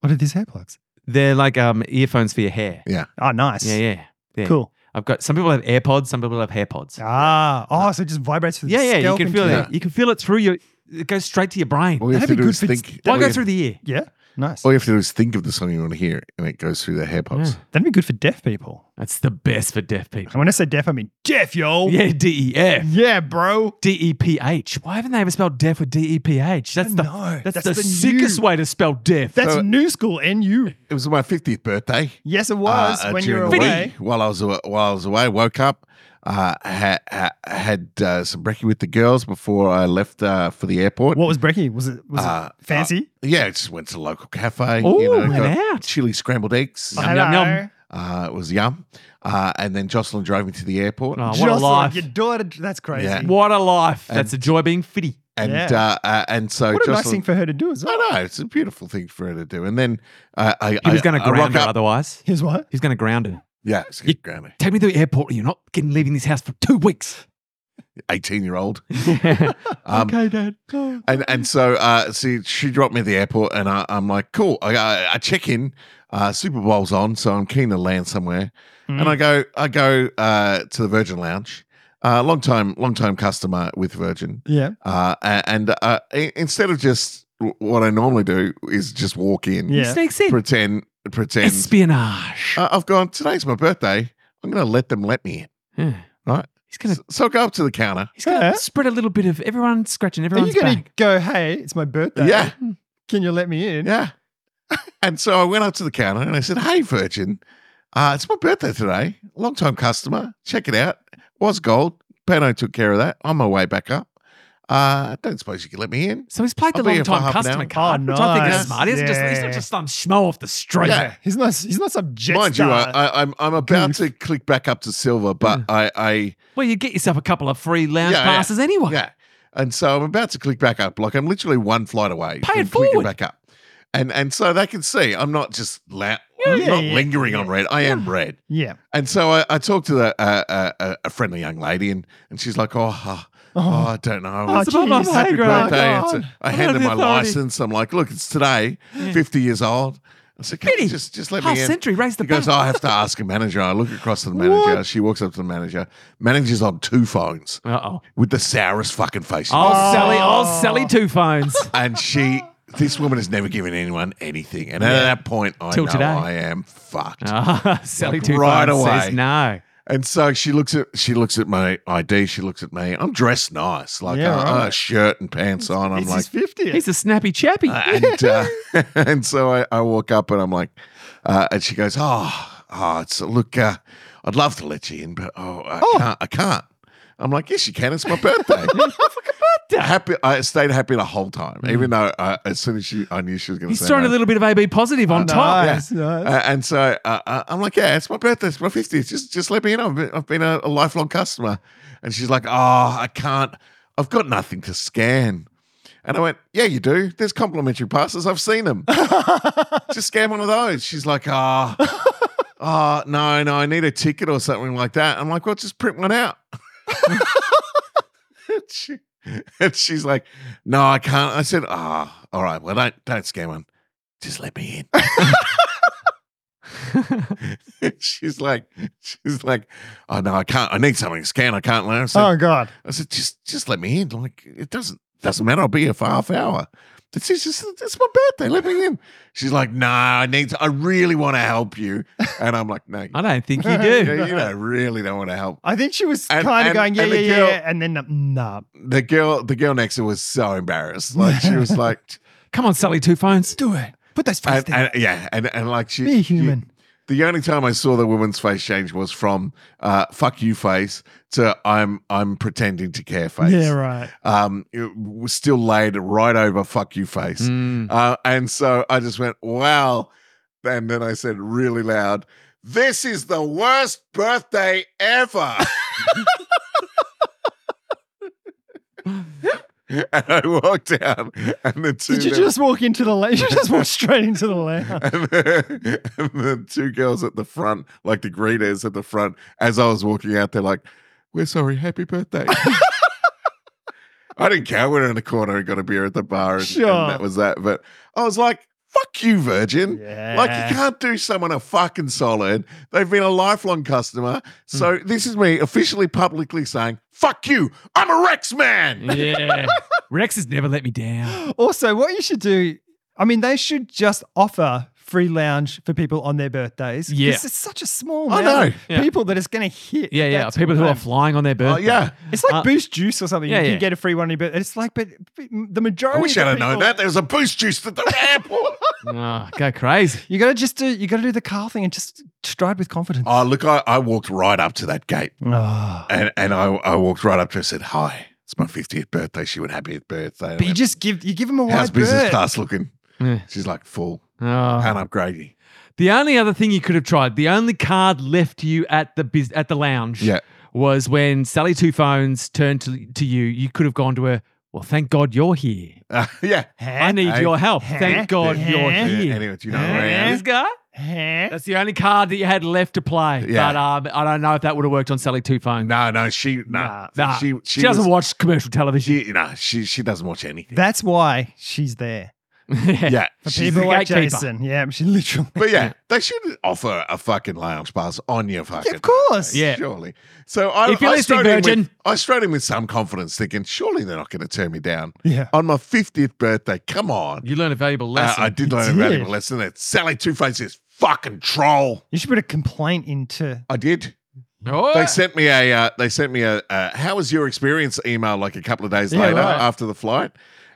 Speaker 4: What are these hair plugs?
Speaker 3: They're like um earphones for your hair.
Speaker 4: Oh, nice.
Speaker 3: Yeah, yeah, yeah.
Speaker 4: Cool.
Speaker 3: I've got some people have AirPods, some people have HairPods.
Speaker 4: Ah, oh, so it just vibrates through
Speaker 3: yeah,
Speaker 4: the
Speaker 3: yeah, you
Speaker 4: scalp
Speaker 3: can
Speaker 4: and
Speaker 3: feel
Speaker 4: through-
Speaker 1: Yeah.
Speaker 3: it. You can feel it through your. It goes straight to your brain.
Speaker 1: All you have
Speaker 4: That'd
Speaker 1: to
Speaker 4: be
Speaker 1: do
Speaker 4: good
Speaker 1: is
Speaker 4: for-
Speaker 1: think.
Speaker 3: Why
Speaker 1: all
Speaker 3: go
Speaker 1: you-
Speaker 3: through the ear?
Speaker 4: Yeah, nice.
Speaker 1: All you have to do is think of the song you want to hear, and it goes through the hair pops.
Speaker 3: Yeah.
Speaker 4: That'd be good for deaf people.
Speaker 3: That's the best for deaf people.
Speaker 4: And when I say deaf, I mean deaf, yo.
Speaker 3: Yeah, D E F.
Speaker 4: Yeah, bro.
Speaker 3: D E P H. Why haven't they ever spelled deaf with D E P H? That's the
Speaker 4: No,
Speaker 3: that's,
Speaker 4: that's
Speaker 3: the,
Speaker 4: the
Speaker 3: sickest
Speaker 4: new-
Speaker 3: way to spell deaf.
Speaker 4: That's new school and you.
Speaker 1: It was my fiftieth birthday.
Speaker 4: Yes, it was
Speaker 1: uh,
Speaker 4: when you were
Speaker 1: during the
Speaker 4: away.
Speaker 1: week, while I was awa- while I was away, woke up, uh, ha- ha- had uh, some brekkie with the girls before I left uh, for the airport.
Speaker 4: What was brekkie? Was it was
Speaker 1: Uh,
Speaker 4: it fancy?
Speaker 1: Yeah, I just went to the local cafe.
Speaker 3: Ooh,
Speaker 1: you know,
Speaker 3: went
Speaker 1: got
Speaker 3: out.
Speaker 1: chili scrambled eggs.
Speaker 3: yum, yum,
Speaker 4: Hello.
Speaker 3: yum.
Speaker 1: Uh, it was yum. Uh, and then Jocelyn drove me to the airport.
Speaker 3: Oh, what a
Speaker 4: Jocelyn,
Speaker 3: life!
Speaker 4: Your daughter. That's crazy.
Speaker 1: Yeah.
Speaker 3: What a life! that's a joy being fitty.
Speaker 1: and
Speaker 4: yeah.
Speaker 1: uh, uh, and so
Speaker 4: What a nice
Speaker 1: Jocelyn.
Speaker 4: thing for her to do as well.
Speaker 1: I know it's a beautiful thing for her to do. And then uh, I
Speaker 3: He was
Speaker 1: I-
Speaker 3: going
Speaker 1: I
Speaker 3: to ground
Speaker 1: rock
Speaker 3: her
Speaker 1: up.
Speaker 3: otherwise.
Speaker 4: Here's what.
Speaker 3: He's going to ground her.
Speaker 1: Yeah, it's good grammar.
Speaker 3: Take me to the airport. You're not getting leaving this house for two weeks.
Speaker 1: Eighteen year old. [laughs] Um,
Speaker 4: okay, Dad.
Speaker 1: And and so uh, see, she dropped me at the airport, and I, I'm like, cool. I, I, I check in. Uh, Super Bowl's on, so I'm keen to land somewhere. And I
Speaker 4: Mm.
Speaker 1: go, I go uh, to the Virgin Lounge. Uh, long time, long time customer with Virgin.
Speaker 4: Yeah.
Speaker 1: Uh, a- and uh, i- instead of just w- what I normally do is just walk in,
Speaker 4: Yeah.
Speaker 3: Sneaks in.
Speaker 1: pretend, Uh, pretend.
Speaker 3: Espionage.
Speaker 1: I- I've gone. Today's my birthday. I'm going to let them let me in.
Speaker 3: Yeah.
Speaker 1: Right.
Speaker 3: He's going to
Speaker 1: So, so I go up to the counter.
Speaker 3: he's going to
Speaker 4: Yeah.
Speaker 3: spread a little bit of everyone scratching
Speaker 4: Are
Speaker 3: everyone's
Speaker 4: you going to
Speaker 3: back.
Speaker 4: go? Hey, it's my birthday.
Speaker 1: Yeah.
Speaker 4: Can you let me in?
Speaker 1: Yeah. [laughs] and so I went up to the counter and I said, Hey, Virgin, uh, it's my birthday today. Long time customer. Check it out. Was gold. Pano took care of that. On my way back up. Uh, don't suppose you could let me in.
Speaker 3: So he's played the
Speaker 1: I'll be
Speaker 3: long
Speaker 1: here for
Speaker 3: time
Speaker 1: half an
Speaker 3: customer
Speaker 1: hour.
Speaker 3: card,
Speaker 4: Oh,
Speaker 3: which I think
Speaker 4: nice.
Speaker 3: is smart. He isn't just, he's
Speaker 4: Yeah.
Speaker 3: not just some schmo off the street.
Speaker 1: Yeah.
Speaker 4: He's not. He's not some jet
Speaker 1: Mind you,
Speaker 4: star.
Speaker 1: I, I, I'm I'm about to click back up to silver, but I, I
Speaker 3: Well, you get yourself a couple of free lounge
Speaker 1: Yeah, yeah.
Speaker 3: passes anyway.
Speaker 1: yeah, and so I'm about to click back up. Like I'm literally one flight away.
Speaker 3: Pay
Speaker 1: from
Speaker 3: it
Speaker 1: clicking
Speaker 3: forward.
Speaker 1: back up, and and so they can see I'm not just la-
Speaker 4: Yeah,
Speaker 1: I'm not
Speaker 4: yeah,
Speaker 1: lingering on red. I am red.
Speaker 4: yeah.
Speaker 1: And so I, I talked to the, uh, uh, uh, a friendly young lady, and, and she's like, "Oh, uh, oh, I don't know.
Speaker 4: Oh,
Speaker 1: It's
Speaker 4: geez,
Speaker 3: above our
Speaker 4: happy
Speaker 3: pay
Speaker 1: a
Speaker 3: grade.
Speaker 4: birthday.
Speaker 1: birthday."
Speaker 4: God.
Speaker 1: It's a- I
Speaker 3: Oh, I
Speaker 1: handed
Speaker 3: don't
Speaker 1: my
Speaker 3: have the authority.
Speaker 1: license. I'm like, "Look, it's today. 50 years old." I said, "Can you
Speaker 3: Pity.
Speaker 1: just just let
Speaker 3: Half
Speaker 1: me in."
Speaker 3: century, raise the
Speaker 1: he goes,
Speaker 3: bar.
Speaker 1: "I have to ask a manager." I look across to the manager. She walks up to the manager. Manager's on two phones
Speaker 3: Uh oh.
Speaker 1: with the sourest fucking face. in the world.
Speaker 3: I'll sell it. I'll sell it two phones.
Speaker 1: And she, this woman has never given anyone anything. And at that point, I
Speaker 3: Till
Speaker 1: know
Speaker 3: today.
Speaker 1: I am
Speaker 3: [laughs]
Speaker 1: fucked.
Speaker 3: Ah, Sally
Speaker 1: Like,
Speaker 3: two
Speaker 1: right
Speaker 3: phones
Speaker 1: away.
Speaker 3: says no.
Speaker 1: And so she looks at she looks at my ID. She looks at me. I'm dressed nice, like
Speaker 4: Yeah,
Speaker 1: uh,
Speaker 4: right.
Speaker 1: uh, shirt and pants on. I'm
Speaker 4: It's
Speaker 1: like,
Speaker 4: his fiftieth.
Speaker 3: He's a snappy chappy.
Speaker 1: uh, [laughs] and uh, and so I, I walk up and I'm like, uh, and she goes, oh, oh, it's look, uh, I'd love to let you in, but oh, I can't. I can't. I'm like, yes, you can. It's my birthday. happy. I stayed happy the whole time, even though uh, as soon as she, I knew she was going to.
Speaker 3: He's
Speaker 1: say
Speaker 3: throwing
Speaker 1: no.
Speaker 3: a little bit of AB positive on top.
Speaker 4: Nice, nice.
Speaker 1: Uh, and so uh, uh, I'm like, yeah, it's my birthday. It's my 50th. Just, just let me in. I've been, I've been a, a lifelong customer. And she's like, oh, I can't. I've got nothing to scan. And I went, yeah, you do. There's complimentary passes. I've seen
Speaker 4: [laughs]
Speaker 1: them. just scan one of those. She's like, ah, ah, no, no, I need a ticket or something like that. I'm like, well, just print one
Speaker 4: [laughs]
Speaker 1: out. [laughs] and, she- [laughs] and she's like, no, I can't. I said, ah, all right. Well, don't, don't scan one. Just let me in. [laughs] she's like, she's like, oh no, I can't. I need something to scan. I can't learn. I said,
Speaker 4: oh God.
Speaker 1: I said, just, just let me in. Like it doesn't doesn't matter. I'll be here for half hour. This is just it's my birthday. Let me in. She's like, no, I need. To, I really want to help you. And I'm like, no, you,
Speaker 3: I don't
Speaker 1: [laughs]
Speaker 3: think you
Speaker 1: yeah,
Speaker 3: do.
Speaker 1: you don't really don't want to help.
Speaker 4: I think she was
Speaker 1: And-
Speaker 4: kind
Speaker 1: and-
Speaker 4: of going, yeah,
Speaker 1: and the
Speaker 4: yeah,
Speaker 1: girl-
Speaker 4: yeah, and then uh, nah.
Speaker 1: The girl, the girl next to her was so embarrassed. Like she was like,
Speaker 3: Come on, Sally, two phones. Do it.
Speaker 4: Put those faces
Speaker 1: and,
Speaker 4: down.
Speaker 1: and- yeah, and and like she
Speaker 4: Be human.
Speaker 1: the only time I saw the woman's face change was from uh, "fuck you" face to "I'm I'm pretending to care" face.
Speaker 4: Yeah, right.
Speaker 1: um, it was still laid right over fuck you face.
Speaker 3: Mm.
Speaker 1: Uh, and so I just went, wow. And then I said really loud, this is the worst birthday
Speaker 4: [laughs]
Speaker 1: ever. [laughs] and I walked out, and the two
Speaker 4: Did you
Speaker 1: that-
Speaker 4: just walk into the lounge? [laughs] You just walked straight into
Speaker 1: [laughs]
Speaker 4: the lounge.
Speaker 1: and the, and the [laughs] two girls at the front, like the greeters at the front, as I was walking out, they're like, We're sorry, happy
Speaker 4: [laughs]
Speaker 1: birthday. I didn't care. We were in the corner and got a beer at the bar, and, and
Speaker 4: Sure.
Speaker 1: that was that. But I was like, Fuck you, Virgin.
Speaker 4: Yeah.
Speaker 1: Like, you can't do someone a fucking solid. They've been a lifelong customer.
Speaker 4: Hmm.
Speaker 1: So, this is me officially publicly saying, Fuck you. I'm a Rex man.
Speaker 3: Yeah.
Speaker 1: [laughs]
Speaker 3: Rex has never let me down.
Speaker 4: Also, what you should do, I mean, they should just offer free lounge for people on their birthdays.
Speaker 3: Yeah.
Speaker 4: This is such a small
Speaker 1: I
Speaker 4: amount
Speaker 1: know.
Speaker 4: of
Speaker 3: Yeah.
Speaker 4: people that it's going to hit.
Speaker 3: Yeah, yeah.
Speaker 4: That's
Speaker 3: People
Speaker 4: all
Speaker 3: who
Speaker 4: I
Speaker 3: are
Speaker 4: know.
Speaker 3: flying on their
Speaker 1: Oh,
Speaker 3: birthday.
Speaker 1: yeah.
Speaker 4: It's like
Speaker 3: Uh,
Speaker 4: Boost Juice or something.
Speaker 3: yeah,
Speaker 4: you can
Speaker 3: yeah.
Speaker 4: get a free one on your birthday. It's like, but but the majority.
Speaker 1: I wish
Speaker 4: of
Speaker 1: I'd
Speaker 4: the
Speaker 1: have known
Speaker 4: people-
Speaker 1: that. There was a boost juice at the airport.
Speaker 3: Oh, go crazy.
Speaker 4: You gotta just do. You gotta do the Carl thing and just stride with confidence.
Speaker 1: oh, look, I, I walked right up to that gate.
Speaker 4: Ah.
Speaker 1: And and I, I walked right up to her and said, Hi, it's my 50th birthday. She went, Happy birthday.
Speaker 4: But you just give you give them a
Speaker 1: How's
Speaker 4: wide
Speaker 1: business
Speaker 4: berth.
Speaker 1: class looking?
Speaker 3: Yeah.
Speaker 1: She's like, Full.
Speaker 3: Oh.
Speaker 1: Can't upgrade you.
Speaker 3: The only other thing you could have tried, the only card left you at the biz- at the lounge,
Speaker 1: Yeah.
Speaker 3: was when Sally Two Phones turned to, to you. You could have gone to her. Well, thank God you're here.
Speaker 1: Uh, yeah.
Speaker 3: I need
Speaker 1: Hey.
Speaker 3: your help.
Speaker 4: Huh?
Speaker 3: Thank God
Speaker 4: Huh?
Speaker 3: you're
Speaker 1: Yeah,
Speaker 3: here.
Speaker 1: Anyway, do you know
Speaker 4: Yeah.
Speaker 1: where I am?
Speaker 3: This guy.
Speaker 4: Huh?
Speaker 3: That's the only card that you had left to play.
Speaker 1: Yeah.
Speaker 3: But um, I don't know if that would have worked on Sally Two Phones.
Speaker 1: No, no, she, nah,
Speaker 3: Nah.
Speaker 1: she,
Speaker 3: she, doesn't
Speaker 1: was-
Speaker 3: watch commercial television.
Speaker 1: She, nah, she, she doesn't watch anything.
Speaker 4: That's why she's there
Speaker 3: [laughs]
Speaker 1: yeah.
Speaker 4: for
Speaker 1: she's-
Speaker 4: people
Speaker 3: the
Speaker 4: like
Speaker 3: gatekeeper.
Speaker 4: Jason. Yeah, she literally.
Speaker 1: but yeah, they should offer a fucking lounge pass on your fucking.
Speaker 4: Yeah, of course.
Speaker 3: Yeah.
Speaker 1: Surely. So I,
Speaker 3: If you're
Speaker 1: I
Speaker 3: listening,
Speaker 1: strode in with-
Speaker 3: Virgin.
Speaker 1: I strode in with some confidence, thinking, surely they're not going to turn me down
Speaker 4: Yeah.
Speaker 1: on my 50th birthday. Come on.
Speaker 3: You learn a valuable
Speaker 1: Uh,
Speaker 3: lesson.
Speaker 1: I did learn
Speaker 4: You
Speaker 1: a valuable
Speaker 4: did.
Speaker 1: lesson that Sally Two Face is fucking troll.
Speaker 4: You should put a complaint into.
Speaker 1: I did.
Speaker 3: Oh,
Speaker 1: They sent me a. Uh, they sent me a. Uh, How was your experience? Email like a couple of days
Speaker 4: Yeah,
Speaker 1: later
Speaker 4: right.
Speaker 1: after the flight,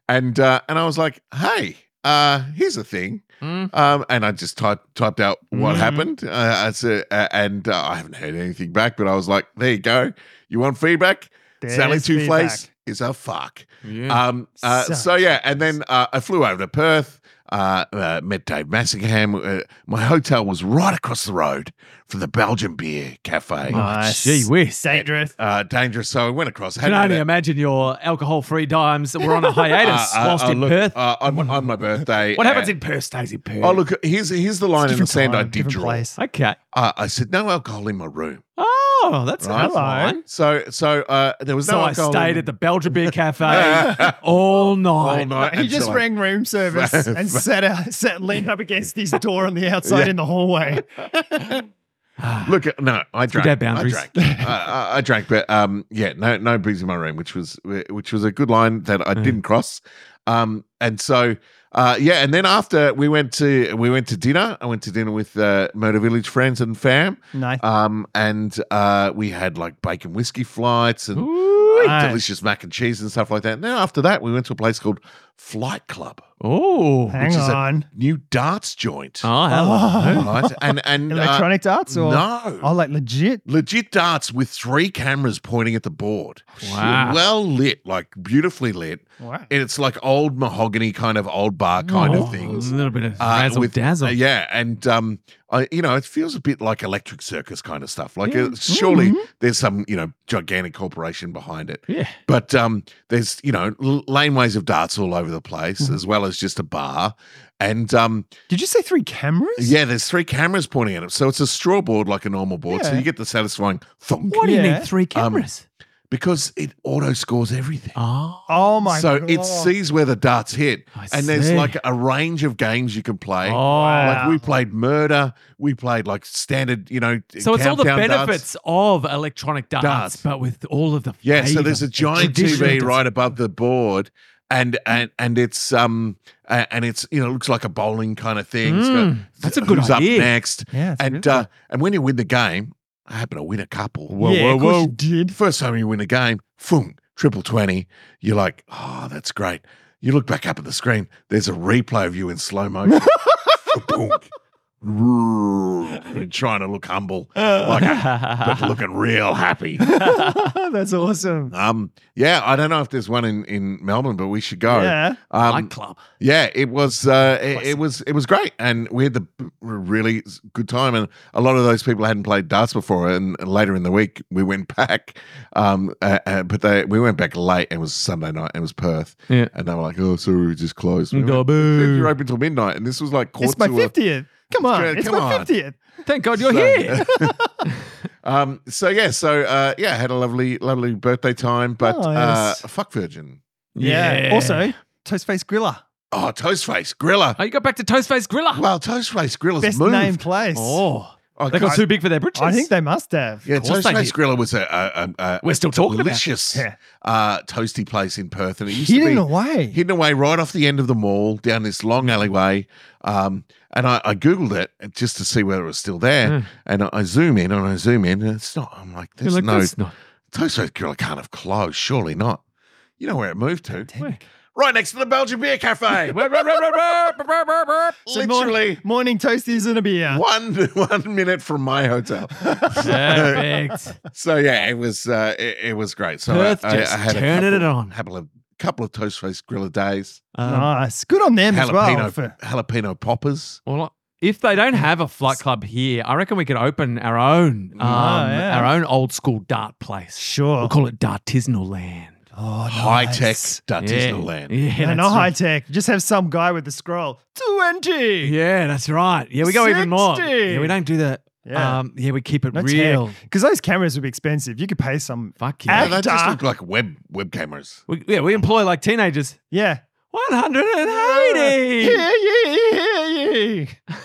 Speaker 1: and uh, and I was like, hey, uh, here's the thing.
Speaker 4: Hmm.
Speaker 3: Mm.
Speaker 1: Um, and I just typed typed out what
Speaker 4: Mhm.
Speaker 1: happened. Uh, I said, uh, and uh, I haven't heard anything back, but I was like, there you go. You want feedback? Sally
Speaker 4: There's
Speaker 1: Two Face
Speaker 4: feedback.
Speaker 1: is a fuck.
Speaker 3: yeah.
Speaker 1: Um, uh,
Speaker 4: Such
Speaker 1: so yeah, and then uh, I flew over to Perth, uh, uh, met Dave Massingham. Uh, my hotel was right across the road from the Belgian Beer Cafe.
Speaker 3: Oh, gee whiz.
Speaker 4: Dangerous.
Speaker 1: Uh, dangerous. So I went across.
Speaker 3: Can
Speaker 1: hadn't
Speaker 3: only
Speaker 1: had a-
Speaker 3: imagine your alcohol-free dimes that were on a
Speaker 1: [laughs]
Speaker 3: hiatus
Speaker 1: uh, uh,
Speaker 3: whilst
Speaker 1: uh,
Speaker 3: in
Speaker 1: look,
Speaker 3: Perth.
Speaker 1: uh, on, on my birthday.
Speaker 3: what happens
Speaker 1: uh,
Speaker 3: in Perth stays in Perth.
Speaker 1: Oh look, here's here's the line in the
Speaker 4: Different
Speaker 1: sand I
Speaker 4: time,
Speaker 1: did
Speaker 4: different
Speaker 1: draw.
Speaker 4: place.
Speaker 3: Okay.
Speaker 1: Uh, I said no alcohol in my room.
Speaker 3: Oh, that's
Speaker 1: Right.
Speaker 3: that's fine.
Speaker 1: So so uh, there was
Speaker 3: So
Speaker 1: no
Speaker 3: I
Speaker 1: alcohol.
Speaker 3: stayed
Speaker 1: in-
Speaker 3: at the
Speaker 1: [laughs]
Speaker 3: Belgium Beer Cafe all night.
Speaker 1: all night.
Speaker 4: He
Speaker 1: and
Speaker 4: just
Speaker 1: so I-
Speaker 4: rang
Speaker 1: [laughs]
Speaker 4: room service and sat out, sat leaned up against his door on the outside
Speaker 1: Yeah.
Speaker 4: in
Speaker 1: [laughs]
Speaker 4: the hallway.
Speaker 1: Look, uh, no, I drank.
Speaker 3: dead boundaries.
Speaker 1: I drank. I, I, I drank, but um, yeah, no, no booze in my room, which was which was a good line that I didn't cross. Um, and so, uh, yeah, and then after we went to we went to dinner. I went to dinner with uh, Motor Village friends and fam.
Speaker 4: Nice.
Speaker 1: Um, and uh, we had like bacon whiskey flights and
Speaker 3: Ooh.
Speaker 4: Nice.
Speaker 1: delicious mac and cheese and stuff like that. And then after that, we went to a place called Flight Club,
Speaker 3: Oh.
Speaker 4: Hang
Speaker 1: which is a-
Speaker 4: on.
Speaker 1: new darts joint.
Speaker 3: Oh, hello.
Speaker 1: Right, and
Speaker 4: [laughs]
Speaker 1: and uh,
Speaker 4: Electronic darts or
Speaker 1: no,
Speaker 4: Oh, like legit.
Speaker 1: legit darts with three cameras pointing at the board.
Speaker 3: Oh, Wow.
Speaker 1: Well lit, like beautifully lit.
Speaker 4: Wow.
Speaker 1: And it's like old mahogany kind of old bar kind
Speaker 3: Oh,
Speaker 1: of things.
Speaker 3: A little bit of
Speaker 1: Uh,
Speaker 3: razzle
Speaker 1: with-
Speaker 3: dazzle.
Speaker 1: Uh, yeah, and um, I, you know, it feels a bit like electric circus kind of stuff. Like, uh,
Speaker 3: Mm,
Speaker 1: surely there's some, you know, gigantic corporation behind it.
Speaker 3: mm-hmm. Yeah.
Speaker 1: But um, there's you know l- laneways of darts all over the place,
Speaker 3: Mm-hmm.
Speaker 1: as well as just a bar, and um,
Speaker 4: Did you say three cameras?
Speaker 1: yeah, there's three cameras pointing at it. So it's a straw board like a normal board. So
Speaker 4: Yeah.
Speaker 1: you get the satisfying thunk.
Speaker 3: Why do you
Speaker 4: Yeah.
Speaker 3: need three cameras?
Speaker 1: because it auto scores everything.
Speaker 3: Oh.
Speaker 4: Oh my
Speaker 1: so
Speaker 4: god.
Speaker 1: it sees where the darts hit,
Speaker 3: I
Speaker 1: and there's
Speaker 3: see.
Speaker 1: like a range of games you can play.
Speaker 3: Oh.
Speaker 1: Like
Speaker 4: Wow.
Speaker 1: we played murder, we played like standard, you know.
Speaker 3: So it's all the
Speaker 1: countdown darts.
Speaker 3: benefits of electronic darts,
Speaker 1: Darts.
Speaker 3: but with all of the
Speaker 1: Yeah, so
Speaker 3: flavor,
Speaker 1: there's a
Speaker 3: the
Speaker 1: giant
Speaker 3: traditional
Speaker 1: TV
Speaker 3: darts.
Speaker 1: right above the board, and and and it's um a- and it's you know looks like a bowling kind of thing. It's got
Speaker 3: Mm, that's a good
Speaker 1: who's
Speaker 3: idea.
Speaker 1: up
Speaker 3: [laughs]
Speaker 1: next,
Speaker 4: Yeah. it's
Speaker 1: and
Speaker 4: really-
Speaker 1: uh, and when you win the game, I happen to win a couple. Whoa,
Speaker 4: yeah,
Speaker 1: whoa,
Speaker 4: of course
Speaker 1: whoa!
Speaker 4: you did.
Speaker 1: First time you win a game, boom, triple twenty. You're like, oh, that's great. You look back up at the screen. There's a replay of you in slow motion. Boonk. You're trying to look humble, like a- but
Speaker 3: [laughs]
Speaker 1: looking real happy. [laughs]
Speaker 4: [laughs] That's awesome.
Speaker 1: Um, yeah, I don't know if there's one in, in Melbourne, but we should go.
Speaker 4: Yeah.
Speaker 1: Um,
Speaker 3: nightclub.
Speaker 1: yeah, it was uh, it, it
Speaker 3: Classic.
Speaker 1: was it was great, and we had the b- really s- good time. And a lot of those people hadn't played darts before. And later in the week, we went [laughs] back, um, uh, uh, but they we went back late. And it was Sunday night. And it was Perth,
Speaker 3: Yeah.
Speaker 1: and they were like, "Oh, sorry, we just closed." We went, You're
Speaker 3: Gaboo.
Speaker 1: open till midnight, and this was like quarter
Speaker 4: It's my
Speaker 1: to a-
Speaker 4: fiftieth. Come on.
Speaker 1: Good,
Speaker 4: It's
Speaker 1: come
Speaker 4: my
Speaker 1: on.
Speaker 4: fiftieth.
Speaker 3: Thank God you're
Speaker 1: So-
Speaker 3: [laughs] here.
Speaker 1: um, so yeah, so uh, yeah, had a lovely, lovely birthday time. But
Speaker 4: Nice.
Speaker 1: uh, fuck Virgin,
Speaker 4: Also, Toastface Griller.
Speaker 1: oh Toastface Griller,
Speaker 3: Oh, you got back to Toastface Griller.
Speaker 1: Well, Toastface Griller's
Speaker 4: Best
Speaker 1: moved.
Speaker 4: name place.
Speaker 3: Oh,
Speaker 1: I
Speaker 3: they got
Speaker 1: can't-
Speaker 3: too big for their britches.
Speaker 4: I think they must have.
Speaker 1: yeah,
Speaker 3: of course they
Speaker 1: Toastface
Speaker 3: did.
Speaker 1: Griller was a, a, a, a
Speaker 3: We're still talking about
Speaker 1: delicious
Speaker 4: Yeah.
Speaker 1: uh, toasty place in Perth, and it used
Speaker 4: Hidden
Speaker 1: to be
Speaker 4: away.
Speaker 1: hidden away right off the end of the mall down this long alleyway. Um, and I, I googled it just to see whether it was still there,
Speaker 3: Mm.
Speaker 1: and I, I zoom in and I zoom in, and it's not. I'm like,
Speaker 3: You're
Speaker 1: there's
Speaker 3: like,
Speaker 1: no [laughs]
Speaker 3: "That's not-
Speaker 1: Toastface Griller can't have closed, surely not. You know where it moved to?
Speaker 3: Wait.
Speaker 1: Right next to the Belgian Beer
Speaker 3: [laughs]
Speaker 1: Cafe.
Speaker 4: So morning-
Speaker 1: Literally.
Speaker 4: Morning toasties and a beer.
Speaker 1: One [laughs] one minute from my hotel. [laughs]
Speaker 3: Perfect.
Speaker 1: So yeah, it was uh, it, it was great. So
Speaker 3: Perth
Speaker 1: I, I-
Speaker 3: just
Speaker 1: I had a
Speaker 3: turning
Speaker 1: couple,
Speaker 3: it on.
Speaker 1: Couple of couple of toast faced griller days,
Speaker 3: Um,
Speaker 4: nice. Good on them as well.
Speaker 1: jalapeno
Speaker 4: For,
Speaker 1: jalapeno poppers.
Speaker 3: well, if they don't have a flight club here, I reckon we could open our own, um,
Speaker 1: Oh,
Speaker 4: yeah.
Speaker 3: our own old school dart place.
Speaker 4: sure.
Speaker 3: We'll call it Dartisanal Land.
Speaker 4: Oh,
Speaker 1: High tech
Speaker 4: nice.
Speaker 1: artisanal land.
Speaker 3: Yeah,
Speaker 4: Yeah,
Speaker 3: that's
Speaker 4: not
Speaker 3: right.
Speaker 4: high tech. Just have some guy with the scroll. 20.
Speaker 3: Yeah, that's right. Yeah, we go even more.
Speaker 4: 60.
Speaker 3: Yeah, we don't do that.
Speaker 4: Yeah.
Speaker 3: um, yeah we keep it
Speaker 4: No
Speaker 3: real.
Speaker 4: Because those cameras would be expensive. You could pay some.
Speaker 3: Fuck
Speaker 1: Yeah,
Speaker 3: yeah.
Speaker 1: they just
Speaker 4: Actor.
Speaker 1: look like web web cameras.
Speaker 3: We, yeah, we employ like teenagers.
Speaker 4: Yeah.
Speaker 3: One hundred and eighty.
Speaker 4: Yeah, yeah, yeah,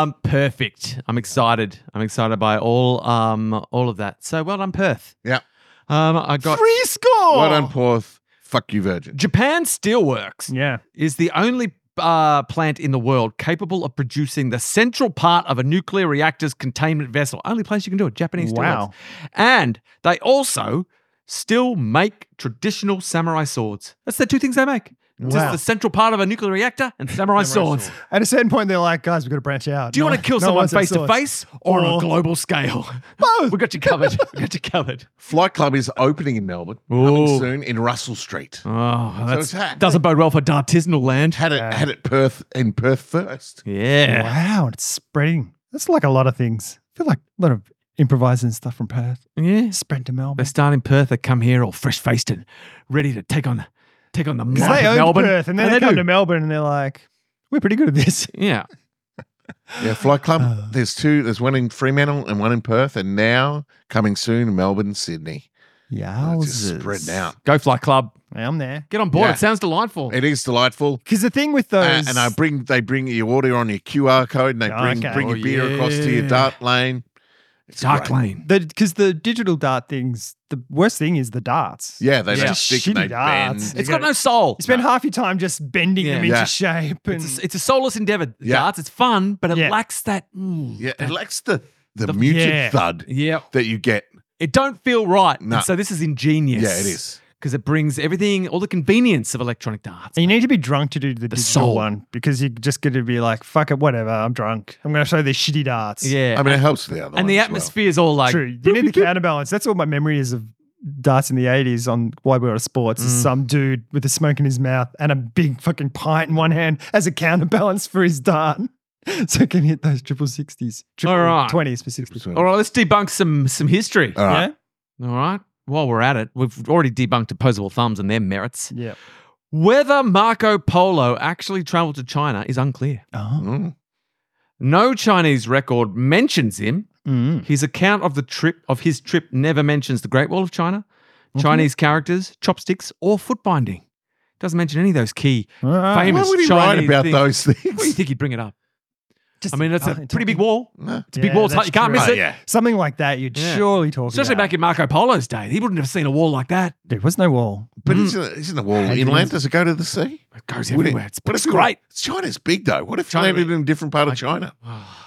Speaker 3: [laughs] um, perfect. I'm excited. I'm excited by all um all of that. So well done, Perth.
Speaker 1: Yeah.
Speaker 3: Um, I got
Speaker 4: Free
Speaker 3: Oh.
Speaker 4: score.
Speaker 1: Well done, Porth. Fuck you, Virgin.
Speaker 3: Japan Steelworks
Speaker 4: Yeah.
Speaker 3: is the only uh, plant in the world capable of producing the central part of a nuclear reactor's containment vessel. Only place you can do it. Japanese steelworks.
Speaker 4: Wow.
Speaker 3: And they also still make traditional samurai swords. That's the two things they make. Just
Speaker 4: Wow.
Speaker 3: the central part of a nuclear reactor and samurai, swords.
Speaker 4: At a certain point, they're like, guys, we've got to branch out.
Speaker 3: Do you
Speaker 4: No
Speaker 3: want to
Speaker 4: one-
Speaker 3: kill
Speaker 4: no
Speaker 3: someone
Speaker 4: one's at
Speaker 3: face to
Speaker 4: source.
Speaker 3: face or on a
Speaker 4: Or-
Speaker 3: global
Speaker 4: [laughs]
Speaker 3: scale?
Speaker 4: Both.
Speaker 3: we got you covered. we got you
Speaker 4: [laughs]
Speaker 3: covered.
Speaker 1: Flight Club is opening in Melbourne
Speaker 3: Ooh.
Speaker 1: coming soon in Russell Street.
Speaker 3: Oh,
Speaker 1: it's
Speaker 3: that
Speaker 1: hot.
Speaker 3: doesn't bode well for Dartisanal land.
Speaker 1: Had it
Speaker 4: Yeah.
Speaker 1: had it Perth in Perth first.
Speaker 3: Yeah.
Speaker 4: Wow. It's spreading. That's like a lot of things. I feel like a lot of improvising stuff from Perth.
Speaker 3: Yeah.
Speaker 4: Spread to
Speaker 3: They
Speaker 4: Melbourne.
Speaker 3: start in Perth, they come here all fresh faced and ready to take on take on the might
Speaker 4: Because they
Speaker 3: of
Speaker 4: own
Speaker 3: Melbourne.
Speaker 4: Perth and
Speaker 1: Oh,
Speaker 4: then
Speaker 3: And
Speaker 4: they,
Speaker 3: they
Speaker 4: come
Speaker 3: do.
Speaker 4: to Melbourne and they're like, we're pretty good at this.
Speaker 3: Yeah.
Speaker 1: Yeah, Flight Club.
Speaker 4: Uh.
Speaker 1: there's two. There's one in Fremantle and one in Perth, and now coming soon, Melbourne, Sydney.
Speaker 4: Yeah.
Speaker 1: It's just spreading out.
Speaker 3: Go Fly Club.
Speaker 4: I'm there.
Speaker 3: Get on board.
Speaker 1: Yeah.
Speaker 3: It sounds delightful.
Speaker 1: It is delightful.
Speaker 4: Because the thing with
Speaker 1: Uh,
Speaker 4: those,
Speaker 1: and I bring they bring your order on your QR code and they
Speaker 4: Oh,
Speaker 1: bring
Speaker 4: okay.
Speaker 1: bring your
Speaker 3: Oh,
Speaker 1: beer across to your
Speaker 3: yeah.
Speaker 1: dart lane. It's
Speaker 3: Dark
Speaker 1: great.
Speaker 3: Lane.
Speaker 4: the because the digital dart things, the worst thing is the darts.
Speaker 1: Yeah, they
Speaker 3: Yeah.
Speaker 1: don't
Speaker 4: Just
Speaker 1: stick and
Speaker 4: shitty
Speaker 1: they
Speaker 4: darts.
Speaker 1: bend.
Speaker 3: It's got no soul.
Speaker 4: You spend half your time just bending
Speaker 3: Yeah.
Speaker 4: them into
Speaker 1: Yeah.
Speaker 4: shape, and
Speaker 3: It's a, it's a soulless endeavor.
Speaker 1: Yeah.
Speaker 3: Darts. It's fun, but it
Speaker 4: Yeah.
Speaker 3: lacks that. mm,
Speaker 1: Yeah, it
Speaker 3: that-
Speaker 1: lacks the the,
Speaker 3: The-
Speaker 1: muted
Speaker 4: yeah.
Speaker 1: thud
Speaker 3: yeah.
Speaker 1: that you get.
Speaker 3: It don't feel right.
Speaker 1: No.
Speaker 3: And so this is ingenious.
Speaker 1: Yeah, it is.
Speaker 3: because it brings everything, all the convenience of electronic darts.
Speaker 4: And you need to be drunk to do the, digital
Speaker 3: soul.
Speaker 4: one because you're just going to be like, fuck it, whatever. I'm drunk. I'm going to show these shitty darts.
Speaker 3: Yeah,
Speaker 1: I mean, it helps the other
Speaker 3: and
Speaker 1: one
Speaker 3: the
Speaker 1: as well.
Speaker 3: atmosphere is all like
Speaker 4: True.
Speaker 3: [laughs]
Speaker 4: You need the counterbalance. That's all my memory is of darts in the 80s on Wide World of Sports
Speaker 3: Mm.
Speaker 4: is some dude with a smoke in his mouth and a big fucking pint in one hand as a counterbalance for his dart. [laughs] So it can hit those triple 60s, triple
Speaker 3: right.
Speaker 4: 20s specifically.
Speaker 1: So-
Speaker 3: All right, let's debunk some some history.
Speaker 1: All right.
Speaker 3: All right, while we're at it, we've already debunked opposable thumbs and their merits.
Speaker 4: Yeah. Yeah.
Speaker 3: Whether Marco Polo actually traveled to China is unclear.
Speaker 4: Oh.
Speaker 1: Mm.
Speaker 3: No Chinese record mentions him.
Speaker 4: Mm.
Speaker 3: His account of the trip of his trip never mentions the Great Wall of China, Chinese characters, chopsticks, or foot binding. Doesn't mention any of those key.
Speaker 4: Ah.
Speaker 3: Famous-
Speaker 1: Why would he write
Speaker 3: Chinese
Speaker 1: about
Speaker 3: thing.
Speaker 1: those
Speaker 3: What do you
Speaker 1: things?
Speaker 3: think he'd bring it up?
Speaker 4: Just-
Speaker 3: I mean, it's
Speaker 4: oh,
Speaker 3: a pretty big wall.
Speaker 1: No.
Speaker 3: It's a big
Speaker 4: Yeah,
Speaker 3: wall. It's hard-
Speaker 4: that's
Speaker 3: you can't
Speaker 4: true.
Speaker 3: miss
Speaker 1: Oh,
Speaker 3: it. Mm.
Speaker 1: yeah.
Speaker 4: Something like that, you'd
Speaker 3: Yeah.
Speaker 4: surely talk
Speaker 3: Especially
Speaker 4: about.
Speaker 3: back in Marco Polo's day, he wouldn't have seen a wall like that.
Speaker 4: There was no wall.
Speaker 1: But isn't, isn't the wall
Speaker 4: Hadrian's-
Speaker 1: inland? Does it go to the sea?
Speaker 3: It goes
Speaker 1: Would it-
Speaker 3: everywhere. It's,
Speaker 1: what
Speaker 3: it's
Speaker 1: if we-
Speaker 3: great.
Speaker 1: China's big though. What if
Speaker 3: China- oh.
Speaker 1: China landed in a different part of China?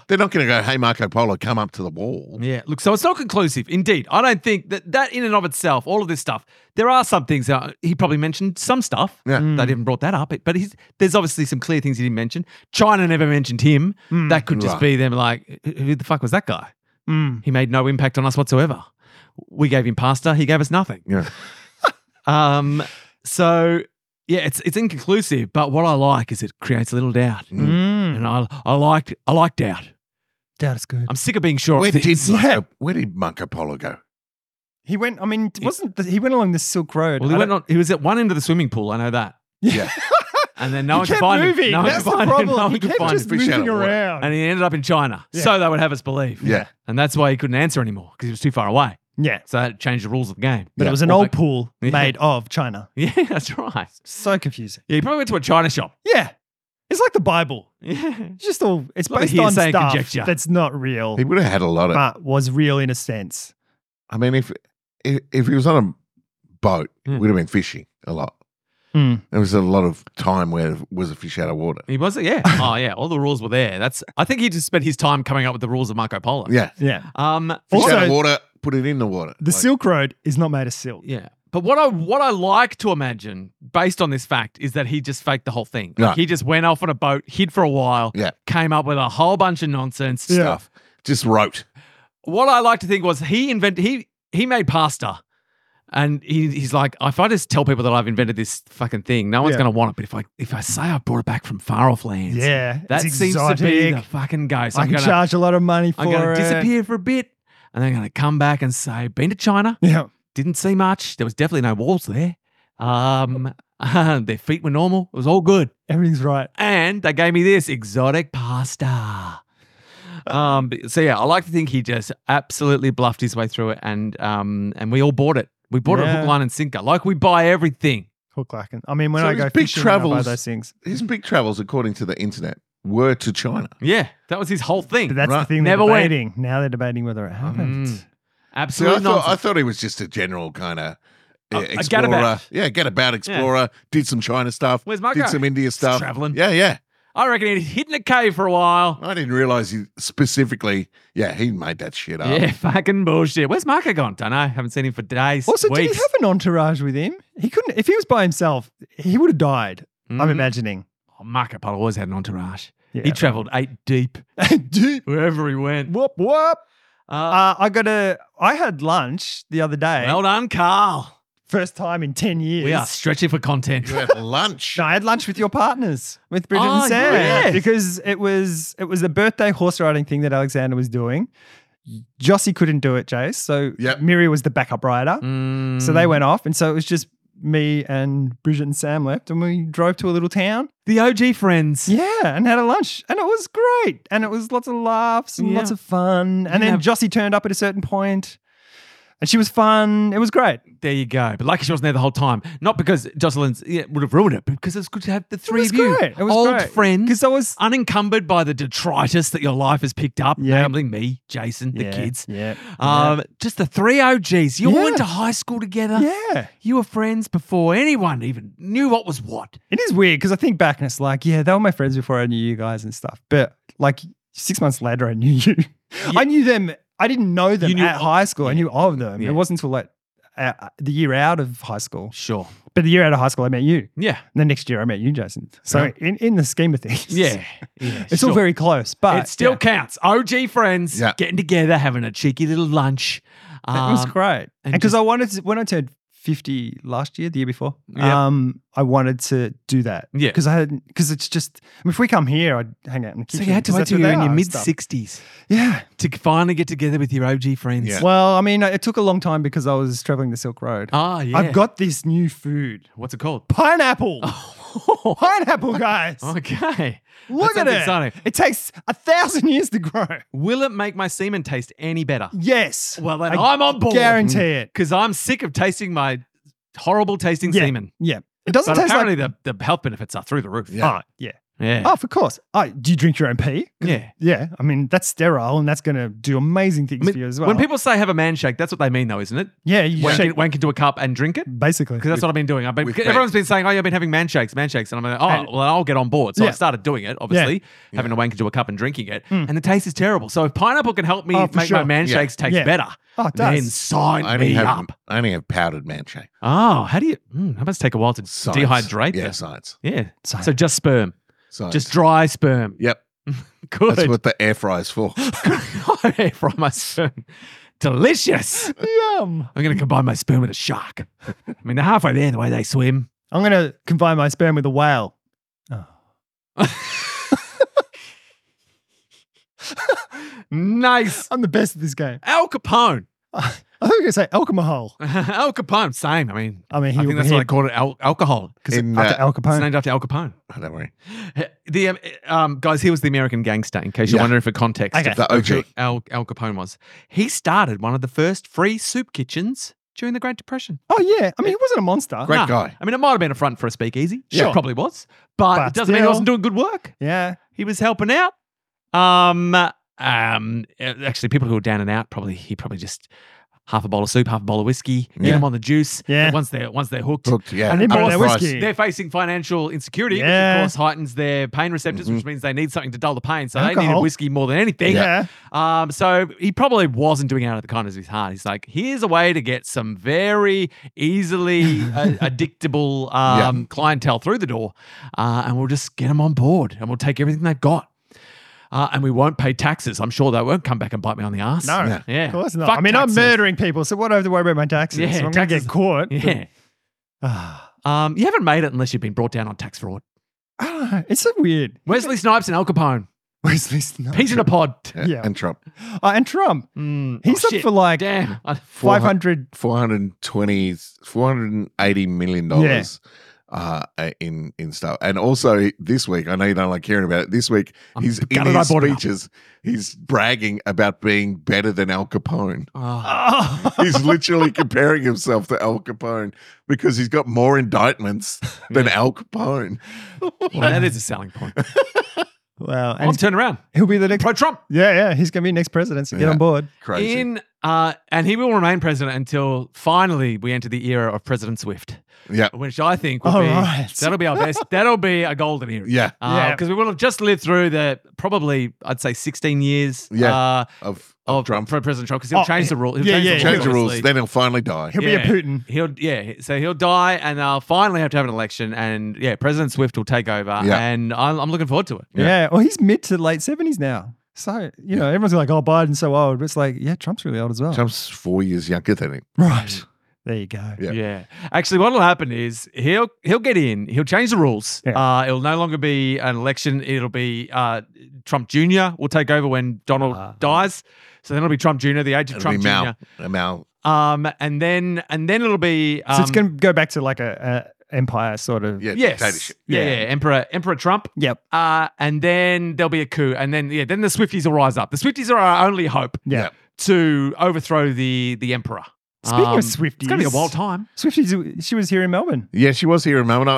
Speaker 1: They're not going to go, "Hey Marco Polo, come up to the wall."
Speaker 3: Yeah, look, so it's not conclusive. Indeed, I don't think that that in and of itself, all of this stuff, there are some things that he probably mentioned some stuff.
Speaker 1: Yeah.
Speaker 3: They haven't brought that up, but he's, there's obviously some clear things he didn't mention. China never mentioned him. That could just
Speaker 1: Right.
Speaker 3: be them like, "Who- who the fuck was that guy?
Speaker 4: Mm.
Speaker 3: He made no impact on us whatsoever. We gave him pasta, he gave us nothing.
Speaker 1: Yeah.
Speaker 3: [laughs] Um, so yeah, it's it's inconclusive, but what I like is it creates a little doubt.
Speaker 4: Mm.
Speaker 3: And I I liked I like doubt.
Speaker 4: Doubt is good.
Speaker 3: I'm sick of being sure
Speaker 1: Where
Speaker 3: of
Speaker 1: did
Speaker 3: things. [laughs]
Speaker 1: Marco, where did Marco Polo go?
Speaker 4: He went. I mean, wasn't the, he went along the Silk Road?
Speaker 3: Well, he
Speaker 4: I
Speaker 3: went
Speaker 4: don't-
Speaker 3: on. He was at one end of the swimming pool. I know that.
Speaker 1: Yeah.
Speaker 3: And then no one
Speaker 4: he
Speaker 3: could
Speaker 4: kept
Speaker 3: find
Speaker 4: moving.
Speaker 3: him. No one
Speaker 4: That's
Speaker 3: could
Speaker 4: the
Speaker 3: find him. No
Speaker 4: problem.
Speaker 3: one
Speaker 4: He
Speaker 3: could
Speaker 4: kept
Speaker 3: find
Speaker 4: just
Speaker 3: him.
Speaker 1: Fish out of
Speaker 4: moving
Speaker 1: water.
Speaker 4: around.
Speaker 3: And he ended up in China,
Speaker 4: Yeah.
Speaker 3: so they would have us believe.
Speaker 1: Yeah.
Speaker 3: And that's why he couldn't answer anymore because he was too far away.
Speaker 4: yeah,
Speaker 3: So that changed the rules of the game.
Speaker 4: but
Speaker 1: Yeah.
Speaker 4: it was an
Speaker 3: Or
Speaker 4: old
Speaker 3: they-
Speaker 4: pool
Speaker 3: [laughs] Yeah.
Speaker 4: made of China.
Speaker 3: [laughs] Yeah, that's right.
Speaker 4: So confusing.
Speaker 3: Yeah, he probably went to a China shop.
Speaker 4: Yeah, it's like the Bible.
Speaker 3: Yeah.
Speaker 4: It's just all. It's
Speaker 3: A lot of
Speaker 4: based on
Speaker 3: hearsay and
Speaker 4: stuff
Speaker 3: conjecture.
Speaker 4: that's not real,
Speaker 1: He would have had a lot of.
Speaker 4: but was real in a sense.
Speaker 1: I mean, if, if if he was on a boat,
Speaker 3: Yeah.
Speaker 1: we'd have been fishing a lot.
Speaker 4: Mm.
Speaker 1: There was a lot of time where it was a fish out of water.
Speaker 3: He was,
Speaker 4: [laughs]
Speaker 3: yeah. Oh, yeah. All the rules were there. That's. I think he just spent his time coming up with the rules of Marco Polo.
Speaker 1: Yeah,
Speaker 4: Yeah.
Speaker 3: Um.
Speaker 1: fish out of
Speaker 4: Also-
Speaker 1: water, put it in the water.
Speaker 4: The
Speaker 1: Like,
Speaker 4: Silk Road is not made of silk.
Speaker 3: Yeah. But what I what I like to imagine, based on this fact, is that he just faked the whole thing. Like,
Speaker 1: Right.
Speaker 3: He just went off on a boat, hid for a while,
Speaker 1: Yeah.
Speaker 3: came up with a whole bunch of nonsense
Speaker 4: Yeah.
Speaker 3: stuff.
Speaker 1: just wrote.
Speaker 3: What I like to think was he invented he he made pasta. And he, he's like, if I just tell people that I've invented this fucking thing, no one's
Speaker 4: Yeah.
Speaker 3: gonna want it. But if I if I say I brought it back from far off lands,
Speaker 4: Yeah,
Speaker 3: that
Speaker 4: it's
Speaker 3: seems
Speaker 4: exotic.
Speaker 3: to be the fucking go. So
Speaker 4: I
Speaker 3: I'm
Speaker 4: can
Speaker 3: gonna
Speaker 4: charge a lot of money for
Speaker 3: I'm gonna
Speaker 4: it.
Speaker 3: disappear for a bit, and then I'm gonna come back and say, been to China,
Speaker 4: Yeah,
Speaker 3: didn't see much. There was definitely no walls there. Um, [laughs] their feet were normal. It was all good.
Speaker 4: everything's right.
Speaker 3: And they gave me this exotic pasta. Um, but- so yeah, I like to think he just absolutely bluffed his way through it, and um, and we all bought it. We bought it
Speaker 4: Yeah.
Speaker 3: hook, line, and sinker, like we buy everything.
Speaker 4: Hook Larkin. I mean, when
Speaker 1: So
Speaker 4: I
Speaker 1: his
Speaker 4: go
Speaker 1: big
Speaker 4: fishing, I buy
Speaker 1: travels-
Speaker 4: those things.
Speaker 1: His big travels, according to the internet, were to China.
Speaker 3: Yeah, that was his whole
Speaker 4: But
Speaker 3: thing.
Speaker 4: that's the
Speaker 1: Right.
Speaker 4: thing they're
Speaker 3: Never went.
Speaker 4: debating. Now they're debating whether it happened.
Speaker 3: Mm.
Speaker 1: See, I
Speaker 3: Absolutely
Speaker 1: thought, I
Speaker 3: not.
Speaker 1: thought he was just a general kind of
Speaker 3: A-
Speaker 1: uh,
Speaker 3: a
Speaker 1: explorer.
Speaker 3: gadabout.
Speaker 1: yeah, get about explorer. Did some China stuff.
Speaker 3: Where's Marco?
Speaker 1: Did some India stuff.
Speaker 3: traveling.
Speaker 1: Yeah, yeah.
Speaker 3: I reckon he'd hidden a cave for a while.
Speaker 1: I didn't realize he specifically. Yeah, he made that shit up.
Speaker 3: Yeah, [laughs] fucking bullshit. Where's Marco gone? Don't know. Haven't seen him for days.
Speaker 4: Also,
Speaker 3: weeks.
Speaker 4: did he have an entourage with him? He couldn't. If he was by himself, he would have died. I'm
Speaker 3: Mhm.
Speaker 4: imagining.
Speaker 3: Oh, Marco Polo always had an entourage.
Speaker 4: Yeah.
Speaker 3: He travelled eight deep
Speaker 4: [laughs] Dude,
Speaker 3: wherever he went.
Speaker 4: whoop whoop.
Speaker 3: Uh,
Speaker 4: Uh, I got a. I had lunch the other day.
Speaker 3: well done, Carl.
Speaker 4: first time in ten years.
Speaker 3: We are stretching for content.
Speaker 1: You had
Speaker 3: [laughs]
Speaker 1: lunch.
Speaker 4: No, I had lunch with your partners, with Bridget
Speaker 3: Oh,
Speaker 4: and Sam,
Speaker 3: yes.
Speaker 4: because it was it was a birthday horse riding thing that Alexander was doing. Jossie couldn't do it, Jace, so
Speaker 1: Yep.
Speaker 4: Miri was the backup rider.
Speaker 3: Mm.
Speaker 4: So they went off, and so it was just me and Bridget and Sam left, and we drove to a little town,
Speaker 3: the OG friends.
Speaker 4: yeah, and had a lunch, and it was great, and it was lots of laughs and
Speaker 3: Yeah.
Speaker 4: lots of fun, and
Speaker 3: Yeah.
Speaker 4: then Jossie turned up at a certain point, and she was fun. It was great.
Speaker 3: There you go. But lucky she wasn't there the whole time. Not because Jocelyn's yeah, would have ruined it, but because it's good to have the three
Speaker 4: it was
Speaker 3: of you,
Speaker 4: great. It was
Speaker 3: old
Speaker 4: great.
Speaker 3: friends,
Speaker 4: because I was
Speaker 3: unencumbered by the detritus that your life has picked up,
Speaker 4: Yeah.
Speaker 3: namely me, Jason, the
Speaker 4: Yeah,
Speaker 3: kids.
Speaker 4: Yeah.
Speaker 3: Um, Just the three OGs. You all
Speaker 4: Yeah.
Speaker 3: went to high school together.
Speaker 4: yeah.
Speaker 3: You were friends before anyone even knew what was what.
Speaker 4: It is weird because I think back and it's like, yeah, they were my friends before I knew you guys and stuff. But like six months later, I knew you. I knew them. I didn't know them
Speaker 3: You knew
Speaker 4: at
Speaker 3: of-
Speaker 4: high school. I
Speaker 3: yeah.
Speaker 4: knew all of them.
Speaker 3: Yeah.
Speaker 4: It wasn't until like uh, the year out of high school.
Speaker 3: Sure.
Speaker 4: But the year out of high school, I met you. And
Speaker 3: Yeah.
Speaker 4: the next year, I met you, Jason. So
Speaker 1: Yeah.
Speaker 4: in, in the scheme of things,
Speaker 3: Yeah.
Speaker 4: [laughs]
Speaker 3: yeah
Speaker 4: it's all
Speaker 3: sure.
Speaker 4: very close. But
Speaker 3: it still
Speaker 4: yeah,
Speaker 3: counts. OG friends
Speaker 1: Yeah.
Speaker 3: getting together, having a cheeky little lunch.
Speaker 4: it was
Speaker 3: Um,
Speaker 4: great.
Speaker 3: and
Speaker 4: And because
Speaker 3: just-
Speaker 4: I wanted to, when I turned 50 last year, the year before,
Speaker 3: Yeah.
Speaker 4: um, I wanted to do that.
Speaker 3: Yeah.
Speaker 4: Because I hadn't, because it's just, I mean, if we come here, I'd hang out in the
Speaker 3: So
Speaker 4: kitchen.
Speaker 3: you had to
Speaker 4: 'cause
Speaker 3: wait
Speaker 4: that's
Speaker 3: till you were
Speaker 4: where they
Speaker 3: in your
Speaker 4: are and
Speaker 3: mid
Speaker 4: stuff.
Speaker 3: 60s
Speaker 4: Yeah.
Speaker 3: to finally get together with your OG friends.
Speaker 1: Yeah.
Speaker 4: Well, I mean, it took a long time because I was traveling the Silk Road.
Speaker 3: Ah, Oh, yeah. Oh.
Speaker 4: I've got this new food,
Speaker 3: What's it called?
Speaker 4: pineapple. Pineapple, guys.
Speaker 3: [laughs] okay.
Speaker 4: Look
Speaker 3: Oh, That
Speaker 4: at
Speaker 3: sounds
Speaker 4: it.
Speaker 3: exciting.
Speaker 4: It takes a thousand years
Speaker 3: [laughs]
Speaker 4: to grow.
Speaker 3: Will it make my semen taste any better?
Speaker 4: Yes.
Speaker 3: Well, then
Speaker 4: I
Speaker 3: I am on board.
Speaker 4: guarantee it.
Speaker 3: Because I'm sick of tasting my horrible tasting
Speaker 4: Yeah.
Speaker 3: semen.
Speaker 4: Yeah. It doesn't
Speaker 3: But
Speaker 4: taste like.
Speaker 3: apparently the, the health benefits are through the roof.
Speaker 1: Yeah.
Speaker 4: Oh, yeah.
Speaker 3: Yeah.
Speaker 4: Oh, of course. Oh, do you drink your own pee?
Speaker 3: yeah.
Speaker 4: Yeah. I mean, that's sterile and that's going to do amazing things
Speaker 3: I mean,
Speaker 4: for you as well.
Speaker 3: When people say have a man shake, that's what they mean, though, isn't it?
Speaker 4: yeah, you
Speaker 3: Wank,
Speaker 4: shake,
Speaker 3: it, wank into a cup and drink it?
Speaker 4: basically.
Speaker 3: Because that's what I've been doing. I've been,
Speaker 1: with
Speaker 3: everyone's been saying, "Oh, yeah, I've been having man shakes, man shakes," and I'm like, "Oh,
Speaker 4: And-
Speaker 3: well, I'll get on board." So
Speaker 4: Yeah.
Speaker 3: I started doing it, obviously, having a wank into a cup and drinking it, and the taste is terrible. So if pineapple can help me
Speaker 4: Oh, for
Speaker 3: make
Speaker 4: sure.
Speaker 3: my man
Speaker 1: Yeah.
Speaker 3: shakes taste
Speaker 4: Yeah.
Speaker 3: better,
Speaker 4: Oh, it
Speaker 3: then
Speaker 4: does.
Speaker 3: sign
Speaker 1: I only
Speaker 3: me
Speaker 1: have
Speaker 3: up.
Speaker 1: I only have powdered manshake.
Speaker 3: Oh, how do you? Mm, that must take a while to
Speaker 1: Science.
Speaker 3: dehydrate.
Speaker 1: Yeah,
Speaker 3: that.
Speaker 1: science.
Speaker 3: yeah.
Speaker 4: Science.
Speaker 3: So just sperm,
Speaker 1: Science.
Speaker 3: just dry sperm.
Speaker 1: Yep.
Speaker 3: Good.
Speaker 1: That's
Speaker 3: [laughs]
Speaker 1: what the air fry is for.
Speaker 3: I fry my sperm. Delicious.
Speaker 4: Yum.
Speaker 3: I'm going to combine my sperm with a shark. [laughs] I mean, they're halfway there the way they swim.
Speaker 4: I'm going to combine my sperm with a whale.
Speaker 3: nice.
Speaker 4: I'm the best at this game.
Speaker 3: Al Capone.
Speaker 4: I thought you were going to say alcohol.
Speaker 3: [laughs] Al Capone, same. I mean,
Speaker 4: I mean, he
Speaker 3: I think that's
Speaker 4: he,
Speaker 3: what I called it al- alcohol because
Speaker 1: In,
Speaker 4: after
Speaker 1: uh,
Speaker 4: Al
Speaker 3: it's
Speaker 4: Capone.
Speaker 3: named after Al Capone.
Speaker 1: oh, don't worry.
Speaker 3: The um, um, guys, he was the American gangster. In case you're
Speaker 1: Yeah.
Speaker 3: wondering for context,
Speaker 4: Okay.
Speaker 3: of
Speaker 1: The
Speaker 3: who
Speaker 1: OG.
Speaker 3: Al, Al Capone was. He started one of the first free soup kitchens during the Great Depression.
Speaker 4: Oh, yeah. I mean, he wasn't a monster.
Speaker 1: Great
Speaker 3: Nah.
Speaker 1: guy.
Speaker 3: I mean, it might have been a front for a speakeasy.
Speaker 1: Sure.
Speaker 3: It probably was, but,
Speaker 4: But
Speaker 3: it doesn't mean he
Speaker 4: still.
Speaker 3: wasn't doing good work.
Speaker 4: Yeah.
Speaker 3: He was helping out. Um, um, actually, people who were down and out probably he probably just half a bowl of soup, half a bowl of whiskey, get
Speaker 1: Yeah.
Speaker 3: them on the juice.
Speaker 4: Yeah.
Speaker 3: And once they're once they're hooked,
Speaker 1: Hooked, yeah.
Speaker 4: And then
Speaker 1: Up
Speaker 4: bought
Speaker 1: the
Speaker 4: their
Speaker 1: price.
Speaker 4: whiskey.
Speaker 3: they're facing financial insecurity, which
Speaker 4: Yeah.
Speaker 3: of course heightens their pain receptors, which means they need something to dull the pain. So they needed
Speaker 4: Alcohol.
Speaker 3: whiskey more than anything.
Speaker 4: Yeah.
Speaker 3: Um, so he probably wasn't doing it out of the kindness of his heart. He's like, here's a way to get some very easily uh, addictable um, clientele through the door, uh, and we'll just get them on board, and we'll take everything they've got. Uh, and we won't pay taxes. I'm sure they won't come back and bite me on the ass.
Speaker 4: No.
Speaker 1: Yeah.
Speaker 3: Yeah.
Speaker 4: Of course not.
Speaker 3: Fuck
Speaker 4: I mean,
Speaker 3: taxes.
Speaker 4: I'm murdering people, so what do I have to worry about my taxes?
Speaker 3: Yeah,
Speaker 4: So I'm going to
Speaker 3: taxes-
Speaker 4: get caught. [sighs]
Speaker 3: Yeah.
Speaker 4: Ah,
Speaker 3: Um, you haven't made it unless you've been brought down on tax fraud.
Speaker 4: I don't know. It's so weird.
Speaker 3: Wesley Snipes and Al Capone.
Speaker 4: Where's this?
Speaker 3: He's in a pod.
Speaker 1: Yeah.
Speaker 4: Yeah.
Speaker 1: And Trump.
Speaker 4: Oh, and Trump.
Speaker 3: Mm.
Speaker 4: He's
Speaker 3: Oh,
Speaker 4: up
Speaker 3: shit.
Speaker 4: for like
Speaker 3: Damn. I-
Speaker 4: 500.
Speaker 1: 420 480 million dollars uh in in stuff and also this week i know you don't like hearing about it this week
Speaker 3: I'm
Speaker 1: he's in
Speaker 3: gutted I
Speaker 1: his
Speaker 3: brought it up.
Speaker 1: speeches he's bragging about being better than al capone
Speaker 3: Oh.
Speaker 4: [laughs] Oh,
Speaker 1: he's literally comparing himself to al capone because he's got more
Speaker 3: [laughs]
Speaker 1: indictments than al capone
Speaker 3: Well, that is a selling point.
Speaker 4: wow.
Speaker 3: I'll
Speaker 4: And
Speaker 3: turn around.
Speaker 4: he'll be the next.
Speaker 3: Pro Trump.
Speaker 4: Yeah, yeah. He's going to be next president, so get
Speaker 1: Yeah.
Speaker 4: on board.
Speaker 1: crazy
Speaker 3: In uh, and he will remain president until finally we enter the era of President Swift,
Speaker 1: yeah
Speaker 3: which I think will
Speaker 4: All
Speaker 3: be
Speaker 4: right.
Speaker 3: that'll be our best. That'll be a golden era.
Speaker 1: yeah
Speaker 4: Yeah.
Speaker 3: Because we will have just lived through the probably I'd say 16 years.
Speaker 1: Yeah.
Speaker 3: Uh,
Speaker 1: of
Speaker 3: of
Speaker 1: Trump.
Speaker 3: for President Trump because he'll
Speaker 4: Oh,
Speaker 3: change the rule. He'll
Speaker 4: yeah, yeah,
Speaker 3: change the,
Speaker 4: yeah.
Speaker 1: change the rules
Speaker 3: obviously.
Speaker 1: then he'll finally die
Speaker 4: He'll
Speaker 3: Yeah.
Speaker 4: be a Putin.
Speaker 3: He'll yeah, so he'll die, and they'll finally have to have an election, and yeah, President Swift will take over,
Speaker 1: Yeah.
Speaker 3: and I'm, I'm looking forward to it.
Speaker 4: Yeah. Well, he's mid to late 70s now. So, you know, everyone's like, oh, Biden's so old. But it's like, yeah, Trump's really old as well.
Speaker 1: trump's four years younger than him
Speaker 4: Right. There you go.
Speaker 1: Yeah.
Speaker 3: Yeah. Actually, what'll happen is he'll he'll get in. He'll change the rules.
Speaker 4: Yeah.
Speaker 3: Uh, it'll no longer be an election. It'll be uh, Trump Jr. will take over when Donald
Speaker 4: Ah.
Speaker 3: dies. So then it'll be Trump Jr. The age of
Speaker 1: It'll
Speaker 3: Trump
Speaker 1: be mal
Speaker 3: Jr.
Speaker 1: mal
Speaker 3: Um, and then and then it'll be um,
Speaker 4: so it's going to go back to like a, a empire sort of.
Speaker 1: yeah
Speaker 3: yes,
Speaker 1: dictatorship.
Speaker 3: yeah,
Speaker 4: Yeah.
Speaker 3: yeah, Emperor Emperor Trump.
Speaker 4: Yep.
Speaker 3: Uh, and then there'll be a coup, and then yeah, then the Swifties will rise up. The Swifties are our only hope
Speaker 4: Yeah.
Speaker 1: Yeah.
Speaker 3: to overthrow the the Emperor.
Speaker 4: Speaking
Speaker 3: Um,
Speaker 4: of Swifties,
Speaker 3: it's gonna be a wild time.
Speaker 4: Swifties, she was here in Melbourne.
Speaker 1: Yeah, she was here a moment. I,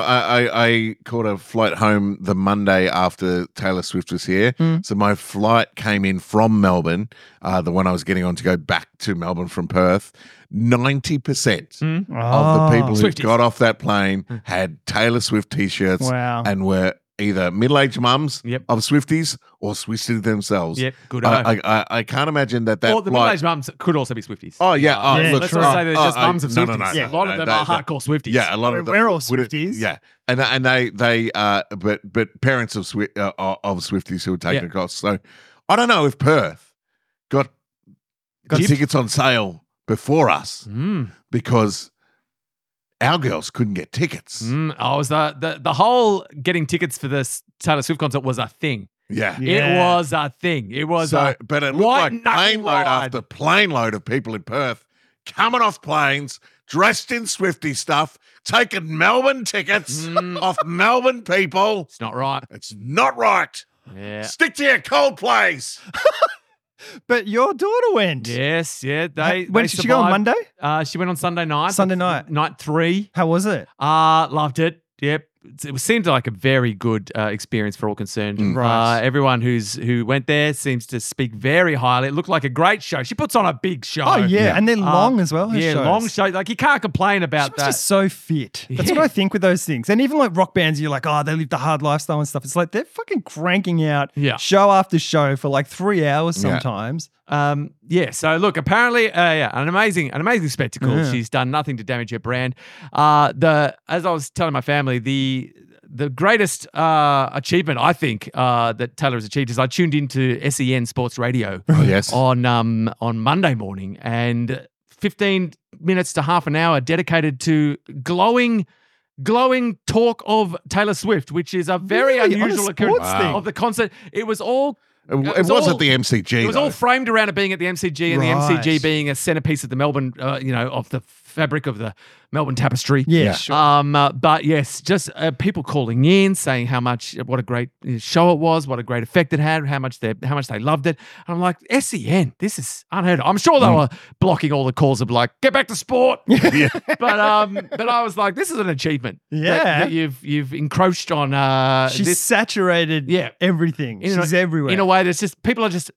Speaker 1: I I caught a flight home the Monday after Taylor Swift was here,
Speaker 4: Mm.
Speaker 1: so my flight came in from Melbourne, uh, the one I was getting on to go back to Melbourne from Perth. Ninety percent
Speaker 4: Oh,
Speaker 1: of
Speaker 3: Oh.
Speaker 1: the people who
Speaker 3: Swifties.
Speaker 1: got off that plane
Speaker 3: Mm.
Speaker 1: had Taylor Swift T-shirts
Speaker 4: Wow.
Speaker 1: and were either middle-aged mums
Speaker 3: Yep.
Speaker 1: of Swifties or Swifties themselves.
Speaker 3: Yep, good.
Speaker 1: I, I, I I can't imagine that that
Speaker 3: or the
Speaker 1: flight.
Speaker 3: middle-aged mums could also be Swifties.
Speaker 1: Oh yeah, oh,
Speaker 4: Yeah,
Speaker 1: look,
Speaker 3: Let's
Speaker 4: true. Uh,
Speaker 3: not say they're
Speaker 1: oh,
Speaker 3: just
Speaker 1: oh,
Speaker 3: mums of
Speaker 1: no,
Speaker 3: Swifties.
Speaker 1: no, no,
Speaker 3: yeah, a
Speaker 1: no,
Speaker 3: lot of
Speaker 1: no,
Speaker 3: them
Speaker 1: no,
Speaker 3: are
Speaker 1: no.
Speaker 3: hardcore Swifties.
Speaker 1: Yeah, a lot of
Speaker 4: We're-
Speaker 1: them.
Speaker 4: we're all
Speaker 1: wouldn't-
Speaker 4: Swifties.
Speaker 1: Yeah, and and they they uh, but but parents of Swi- uh, uh, of Swifties who were taking
Speaker 3: Yeah.
Speaker 1: across. So I don't know if Perth got got
Speaker 3: Gypped?
Speaker 1: tickets on sale before us
Speaker 3: Mm,
Speaker 1: because our girls couldn't get tickets.
Speaker 3: mm. Oh, it was the, the the whole getting tickets for this Taylor Swift concert was a thing.
Speaker 1: Yeah.
Speaker 3: It
Speaker 4: Yeah.
Speaker 3: was a thing. It was
Speaker 1: So,
Speaker 3: a
Speaker 1: but it looked
Speaker 3: white
Speaker 1: like
Speaker 3: knuckle
Speaker 1: plane load
Speaker 3: ride.
Speaker 1: after plane load of people in Perth coming off planes dressed in Swifty stuff, taking Melbourne tickets
Speaker 3: Mm.
Speaker 1: off Melbourne people.
Speaker 3: It's not right.
Speaker 1: It's not right.
Speaker 3: Yeah.
Speaker 1: Stick to your cold plays.
Speaker 4: But your daughter went.
Speaker 3: Yes, yeah. They
Speaker 4: Ha- when
Speaker 3: they
Speaker 4: did she go on
Speaker 3: survived.
Speaker 4: Monday?
Speaker 3: Uh, she went on Sunday night.
Speaker 4: Sunday night.
Speaker 3: Night three.
Speaker 4: How was it?
Speaker 3: Uh, loved it. Yep. It seemed like a very good uh, experience for all concerned.
Speaker 1: Mm.
Speaker 4: Right.
Speaker 3: Uh, everyone who's who went there seems to speak very highly. It looked like a great show. She puts on a big show.
Speaker 4: Oh, yeah, and they're
Speaker 3: Uh,
Speaker 4: long as well. her
Speaker 3: yeah,
Speaker 4: shows.
Speaker 3: long show. Like you can't complain
Speaker 4: She
Speaker 3: about
Speaker 4: was
Speaker 3: that.
Speaker 4: just so fit. That's what
Speaker 3: Yeah.
Speaker 4: I think with those things. And even like rock bands, you're like, oh, they live the hard lifestyle and stuff. It's like they're fucking cranking out
Speaker 3: Yeah.
Speaker 4: show after show for like three hours
Speaker 1: Yeah.
Speaker 4: sometimes.
Speaker 3: Um, yeah. So look, apparently, uh, yeah, an amazing, an amazing spectacle.
Speaker 4: Yeah.
Speaker 3: She's done nothing to damage her brand. Uh, the as I was telling my family, the the greatest uh, achievement I think uh, that Taylor has achieved is I tuned into SEN Sports Radio
Speaker 1: Oh, yes.
Speaker 3: on um on Monday morning and 15 minutes to half an hour dedicated to glowing glowing talk of Taylor Swift which is a very
Speaker 4: Really? On a
Speaker 3: unusual occurrence
Speaker 4: sports thing?
Speaker 3: of the concert it was all
Speaker 1: It, it
Speaker 3: It's
Speaker 1: was
Speaker 3: all-
Speaker 1: at the MCG.
Speaker 3: it was
Speaker 1: though.
Speaker 3: all framed around it being at the MCG and
Speaker 4: Right.
Speaker 3: the MCG being a centerpiece of the Melbourne uh, you know of the fabric of the Melbourne tapestry
Speaker 4: Yeah,
Speaker 1: Yeah.
Speaker 4: sure.
Speaker 3: um, uh, but yes, just uh, people calling in saying how much, what a great uh, show it was, what a great effect it had, how much they, how much they loved it. And I'm like, Sen, this is unheard of. I'm sure
Speaker 4: Mm.
Speaker 3: they were blocking all the calls of like, get back to
Speaker 4: [laughs]
Speaker 3: sport.
Speaker 1: Yeah.
Speaker 3: [laughs] but um, but I was like, this is an achievement. that-
Speaker 4: Yeah.
Speaker 3: that, you've you've encroached on uh,
Speaker 4: She's
Speaker 3: this
Speaker 4: saturated
Speaker 3: Yeah.
Speaker 4: everything.
Speaker 3: In a-
Speaker 4: She's everywhere.
Speaker 3: in a way that's just people are just